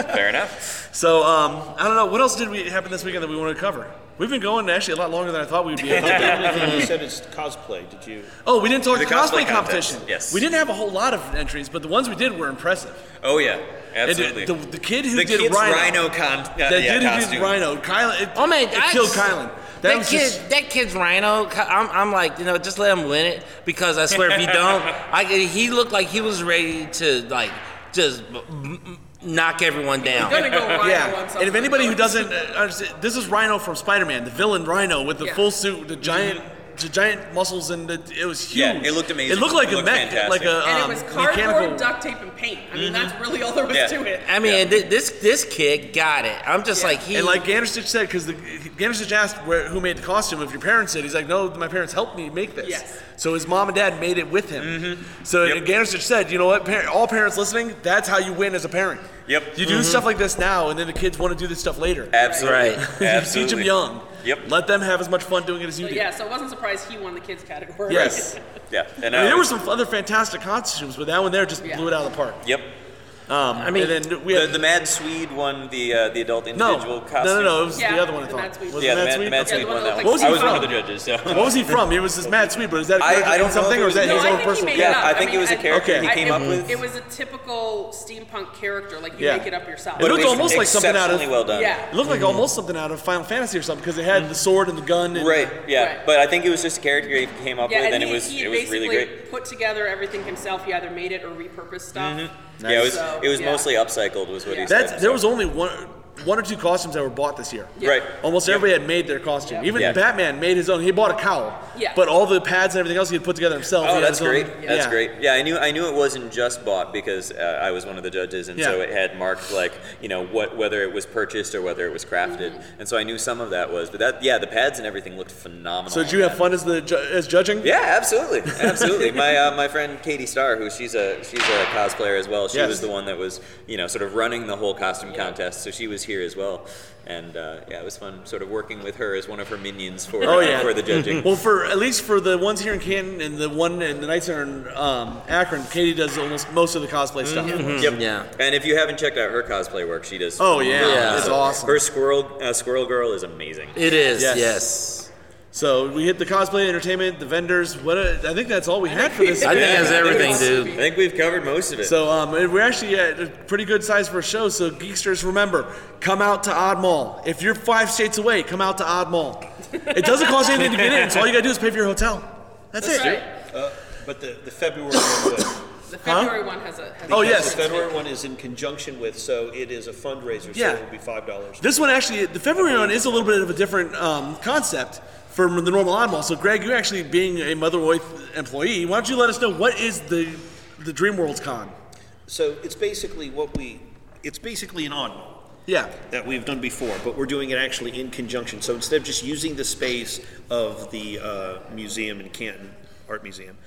S11: Fair enough.
S5: So um, I don't know what else did we happen this weekend that we want to cover. We've been going actually a lot longer than I thought we'd be. Able
S18: you
S5: to.
S18: said it's cosplay. Did you?
S5: oh, we didn't talk
S18: The
S5: cosplay,
S18: cosplay contest,
S5: competition.
S18: yes.
S5: we didn't have a whole lot of entries, but the ones we did were impressive.
S11: Oh yeah,
S5: And
S11: absolutely.
S5: the, the kid who
S11: The
S5: did
S11: kid's
S5: Rhino,
S11: rhino con- uh,
S5: that
S11: yeah,
S5: kid who did
S11: costume.
S5: Rhino, Kylan, it,
S10: Oh man,
S5: it
S10: I-
S5: killed Kylan. That,
S10: That,
S5: was
S10: kid,
S5: just
S10: that kid's Rhino. I'm, I'm like, you know, just let him win it because I swear if he don't, I, he looked like he was ready to like just m- m- knock everyone down.
S5: yeah. And if anybody who doesn't uh, understand, this is Rhino from Spider-Man, the villain Rhino with the
S12: Yeah.
S5: full suit, the giant, the giant muscles, and the, it was huge.
S11: Yeah, it looked amazing.
S5: It looked like
S11: It
S5: a
S11: looked
S5: mech,
S11: fantastic.
S5: like a
S12: and
S5: um,
S12: it was
S5: mechanical.
S12: cardboard, duct tape, and paint. I mean,
S11: Mm-hmm.
S12: that's really all there was to it.
S10: I mean, thi- this this kid got it. I'm just like he.
S5: and like Gandersitch said, because Gandersitch asked where, who made the costume. If your parents did, he's like, no, my parents helped me make this.
S12: Yes.
S5: So his mom and dad made it with him.
S11: Mm-hmm.
S5: So and Gandersitch said, you know what, par- all parents listening, that's how you win as a parent.
S11: Yep.
S5: You do
S11: Mhm.
S5: stuff like this now, and then the kids want to do this stuff later.
S11: Absolutely.
S5: You Teach them
S11: Absolutely.
S5: young.
S11: Yep. Oh,
S5: Let them have as much fun doing it as you
S12: But
S5: do.
S12: yeah, so I wasn't surprised he won the kids category.
S5: Yes.
S11: Yeah. And
S5: I mean,
S11: I
S5: there were
S11: was-
S5: some other fantastic costumes, but that one there just blew it out of the park.
S11: Yep.
S5: Um, I mean, and then we
S11: the,
S5: had
S11: the Mad Swede won the uh, the adult
S5: no,
S11: individual
S5: no,
S11: costume.
S5: no, no, it was
S12: Yeah,
S5: the other one. I
S12: the
S5: thought.
S12: Mad Swede.
S5: Was
S11: yeah,
S5: it Mad
S11: the Mad,
S5: Swede?
S11: the Mad
S5: Okay.
S11: Swede won
S12: that
S11: that one.
S5: looks like
S11: I was
S5: Squid.
S11: one of the judges. So.
S5: What was he from? He was this Mad Swede, but is that a
S11: I-
S5: character
S11: I
S5: from
S11: don't know
S5: something,
S11: if
S5: or is
S11: it
S5: that
S11: was-
S5: his
S11: No, I
S5: own
S11: think he
S5: personal?
S11: made it Yeah, up. I think it was a character he
S12: I-
S11: came
S12: it
S11: up
S12: was-
S11: with.
S12: It was a typical steampunk character. Like you
S5: Yeah.
S12: make it up yourself.
S5: It looked almost like something out of
S11: exceptionally well done.
S12: Yeah.
S5: It looked like almost something out of Final Fantasy or something because it had the sword and the gun. And,
S11: Mm. Right, yeah,
S12: Right.
S11: but I think it was just a character he came up
S12: yeah, and,
S11: with, and,
S12: he,
S11: it was
S12: he
S11: it was
S12: basically
S11: really great.
S12: put together everything himself. He either made it or repurposed stuff.
S11: Yeah, it was
S12: So,
S11: it was
S12: yeah.
S11: mostly upcycled, was what he said.
S5: That's, there was only one, one or two costumes that were bought this year.
S11: Right.
S5: Almost everybody had made their costume. Even
S11: Yeah.
S5: Batman made his own. He bought a cowl.
S11: Yeah.
S5: But all the pads and everything else he had put together himself. He
S11: Oh,
S5: had
S11: that's
S5: his own-
S11: great. That's
S5: yeah.
S11: great. Yeah, I knew I knew it wasn't just bought because uh, I was one of the judges, and so
S5: Yeah.
S11: it had marked like you know what whether it was purchased or whether it was crafted,
S12: Mm-hmm.
S11: and so I knew some of that was. But that yeah, the pads and everything looked phenomenal.
S5: So did you have fun as the ju- as judging?
S11: Yeah, absolutely, absolutely. my uh, my friend Katie Starr, who she's a she's a cosplayer as well. She
S5: Yes.
S11: was the one that was you know sort of running the whole costume contest, so she was here as well. And uh, yeah, it was fun sort of working with her as one of her minions for
S5: Oh yeah.
S11: for the judging.
S5: well, for at least for the ones here in Canton and the one and the Knights are in um, Akron, Katie does almost most of the cosplay stuff.
S11: Mm-hmm.
S10: Mm-hmm.
S11: Yep. And if you haven't checked out her cosplay work, she does.
S5: Oh, yeah.
S11: phenomenal.
S5: It's awesome.
S11: Her squirrel uh, squirrel girl is amazing.
S10: It is, yes.
S5: So we hit the cosplay, entertainment, the vendors. What a, I think that's all we had for this.
S10: I think that's
S5: Yeah.
S10: everything, dude.
S11: I think we've covered most of it.
S5: So um, and we're actually at a pretty good size for a show. So geeksters, remember, come out to Odd Mall. If you're five states away, come out to Odd Mall. It doesn't cost anything to get in. So all you gotta do is pay for your hotel. That's, it.
S18: Uh, but the, the February one. was-
S12: The February one has a. Has a
S5: Oh, yes.
S18: The February one is in conjunction with, so it is a fundraiser,
S5: Yeah.
S18: so it will be five dollars.
S5: This one actually, the February one is a little bit of a different um, concept from the normal Odd Mall. So Greg, you actually being a Mother Earth employee, why don't you let us know what is the the Dream Worlds Con?
S18: So it's basically what we, it's basically an odd mall
S5: Yeah.
S18: that we've done before, but we're doing it actually in conjunction. So instead of just using the space of the uh, museum in Canton, Art Museum,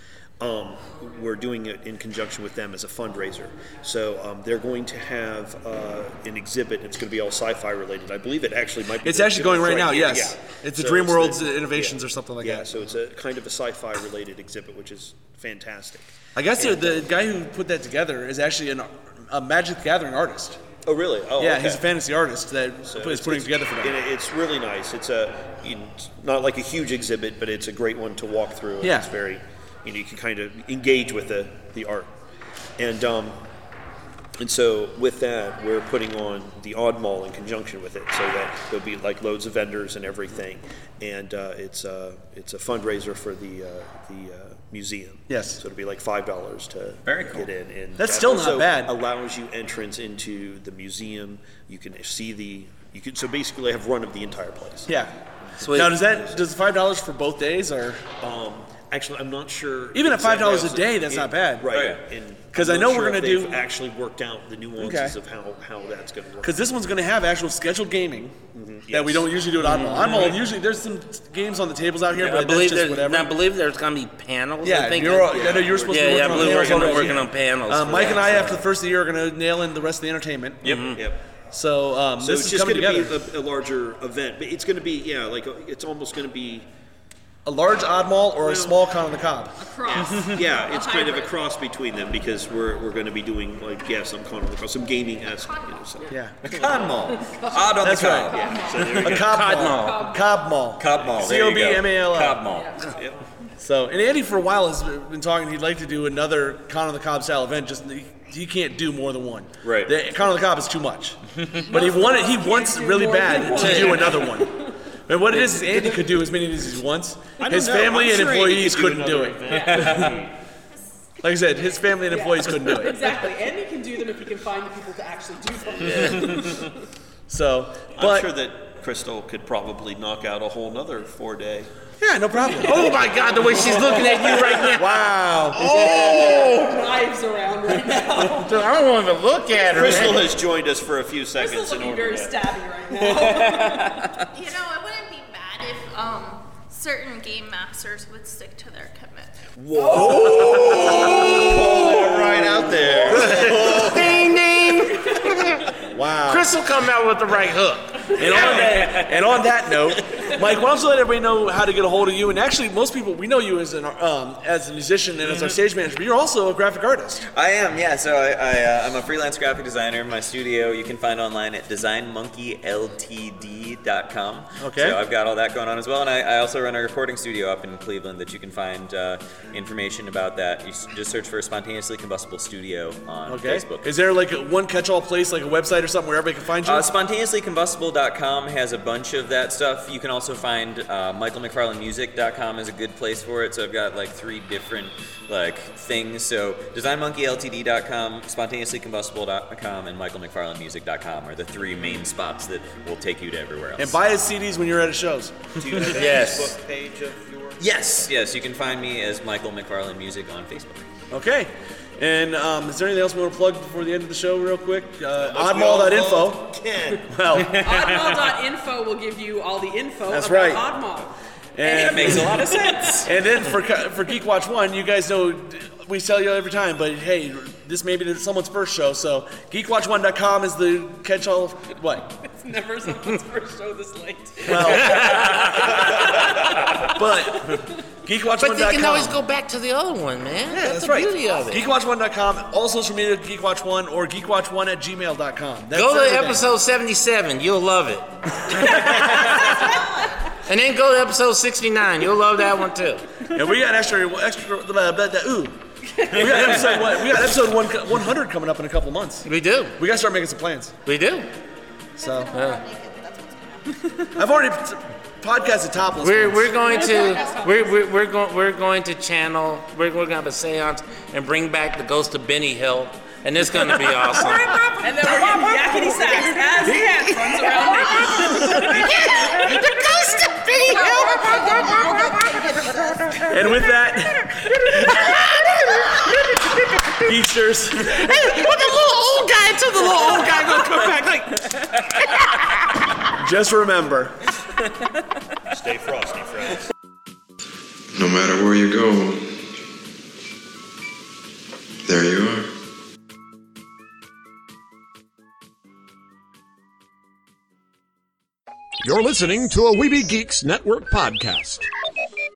S18: um, we're doing it in conjunction with them as a fundraiser. So um, they're going to have uh, an exhibit. It's going to be all sci-fi related. I believe it actually might be.
S5: It's actually going right now.
S18: here,
S5: Yes,
S18: yeah.
S5: it's the
S18: So
S5: Dream
S18: it's
S5: Worlds
S18: the-
S5: Innovations
S18: yeah.
S5: or something like
S18: yeah,
S5: that.
S18: so it's a kind of a sci-fi related exhibit, which is fantastic.
S5: I guess
S18: And-
S5: the the guy who put that together is actually an, a Magic the Gathering artist.
S18: Oh, really? Oh,
S5: yeah,
S18: okay.
S5: he's a fantasy artist that
S18: So
S5: is
S18: it's-
S5: putting
S18: it's-
S5: together for
S18: and
S5: them.
S18: it- it's really nice. It's a you know, it's not like a huge exhibit, but it's a great one to walk through. and
S5: Yeah.
S18: it's very you know you can kind of engage with the the art, and um, and so with that we're putting on the Odd Mall in conjunction with it, so that there'll be like loads of vendors and everything, and uh, it's a it's a fundraiser for the uh, the uh, museum.
S5: Yes.
S18: So it'll be like five dollars to
S11: Very cool.
S18: get in. And
S5: That's
S18: that
S5: still not
S18: also
S5: bad.
S18: Allows you entrance into the museum. You can see the. You can so basically have run of the entire place.
S5: Yeah. Now does that does five dollars for both days or
S18: Um, actually, I'm not sure.
S5: Even at $5
S18: exactly
S5: a
S18: how it's-
S5: day, that's
S18: it-
S5: not bad.
S18: Right.
S5: Oh, yeah.
S18: And
S5: 'Cause
S18: I'm
S5: I
S18: not
S5: know we're
S18: sure if
S5: gonna
S18: they've
S5: do-
S18: actually worked out the
S5: Okay.
S18: nuances of how how that's going to work.
S5: because this one's going to have actual scheduled gaming that we
S18: yes.
S5: don't usually do at Oddball.
S18: Mhm.
S5: Oddball usually there's some games on the tables out here,
S10: I
S5: but
S10: believe
S5: that's just
S10: there-
S5: whatever.
S10: I believe there's gonna be panels.
S5: Yeah,
S10: I think
S5: you're, I know you were supposed
S10: yeah,
S5: to be
S10: yeah,
S5: working
S10: I
S5: on panels
S10: believe we're gonna be
S5: already.
S10: working on panels.
S5: Uh,
S10: for
S5: Mike
S10: that,
S5: and I,
S10: so.
S5: after the first of the year, are going to nail in the rest of the entertainment.
S18: Yep. Yep.
S5: So, um,
S18: So
S5: this
S18: it's
S5: is
S18: just
S5: coming
S18: going
S5: together.
S18: to be a, a larger event, but it's going to be yeah, like a, it's almost going to be
S5: a large Oddball or a small con on the cob.
S12: cross.
S18: yeah, it's
S12: A
S18: kind of a
S12: hybrid.
S18: cross between them because we're we're going to be doing like yeah, some kind of some gaming esque. You know, so.
S5: Yeah.
S11: Con Mall. Odd on
S5: That's
S11: the
S5: right.
S11: cob. Yeah. So there you
S5: A
S11: go.
S5: cob
S10: Cod
S5: mall. Cob mall.
S11: Cobb Mall.
S5: C O B M A L L.
S11: Cobb Mall.
S18: Yep.
S5: So, and Andy for a while has been talking. He'd like to do another Con on the Cob style event. Just he, he can't do more than one.
S11: Right.
S5: The, Con on the Cob is too much. But he wanted. He wants really bad to do another one. And what it is is Andy could do as many as he wants.
S18: don't
S5: His
S18: know.
S5: family
S18: I'm
S5: and
S18: sure Andy
S5: employees
S18: could do
S5: couldn't do
S18: another
S5: it. Like I said, his family and employees couldn't do it.
S12: exactly. And he can do them if he can find the people to actually do them.
S5: So,
S18: I'm
S5: but
S18: sure that Crystal could probably knock out a whole nother four day.
S5: yeah, no problem.
S10: Oh my God, the way she's looking at you right now.
S5: Wow.
S12: Knives around right now.
S10: Dude, I don't want to look at her.
S18: Crystal
S10: man.
S18: has joined us for a few seconds
S12: Crystal's
S18: in
S12: looking
S18: order.
S12: very
S18: to-
S12: stabby right now.
S20: You know, it wouldn't be bad if um, certain game masters would stick to their commitment.
S18: right out there.
S10: ding ding.
S5: Wow.
S10: Crystal come out with the right hook.
S5: And on that, and on that note, Mike, why don't you let everybody know how to get a hold of you? And actually, most people we know you as an um, as a musician and as
S18: Mm-hmm.
S5: our stage manager, but you're also a graphic artist.
S11: I am, yeah. So I, I, uh, I'm a freelance graphic designer. My studio you can find online at designmonkeyltd.com.
S5: Okay.
S11: So I've got all that going on as well, and I, I also run a recording studio up in Cleveland that you can find uh, information about that. You s- just search for spontaneously combustible studio on
S5: Okay.
S11: Facebook.
S5: Is there like a one catch-all place, like a website or something, where everybody can find you?
S11: Uh, spontaneouslycombustible.com has a bunch of that stuff. You can also find uh, michaelmcfarlandmusic.com is a good place for it. So I've got like three different like things. So designmonkeyltd.com, spontaneouslycombustible.com, and michaelmcfarlandmusic.com are the three main spots that will take you to everywhere else.
S5: and buy his CDs when you're at his shows.
S11: Do you have a Yes. Facebook yes, yes, you can find me as Michael McFarland Music on Facebook.
S5: Okay. And um, is there anything else we want to plug before the end of the show, real quick? Uh,
S12: Unless we all
S5: oddmall.info.
S12: Oddmall.info will give you all the info
S5: That's
S12: about
S5: right.
S12: Oddmall.
S5: And
S12: That makes a lot of sense.
S5: and then for co- for Geek Watch One, you guys know we tell you every time, but hey, this may be someone's first show, so geekwatch1.com is the catch-all. What?
S12: It's never someone's first show this late.
S5: but
S10: But they can always
S5: geekwatch1.com.
S10: go back to the other one, man.
S5: Yeah,
S10: that's
S5: that's
S10: the
S5: right.
S10: beauty of it.
S5: Geekwatch1.com, all social media, Geekwatch1 or geekwatch1 at gmail.com. That's
S10: go to
S5: everything.
S10: episode 77. You'll love it. and then go to episode 69. You'll love that one too.
S5: And we got extra, extra, blah, blah, blah, ooh. We got episode, one, we got episode one, 100 coming up in a couple months.
S10: We do.
S5: We got to start making some plans.
S10: We do.
S5: So. I've already t- podcasted topless.
S10: We're,
S5: once.
S10: we're going to we're, we're, we're going we're going to channel we're, we're going to have a séance and bring back the ghost of Benny Hill and it's going to be awesome.
S12: and then we're getting yakety sacks as the hand runs around.
S10: the ghost of Benny
S12: Hill.
S5: And with that, geeksters.
S10: what the little old guy to the little old guy gonna come back like
S5: Just remember.
S18: Stay frosty, friends.
S21: No matter where you go, there you are.
S22: You're listening to a Weeby Geeks Network podcast.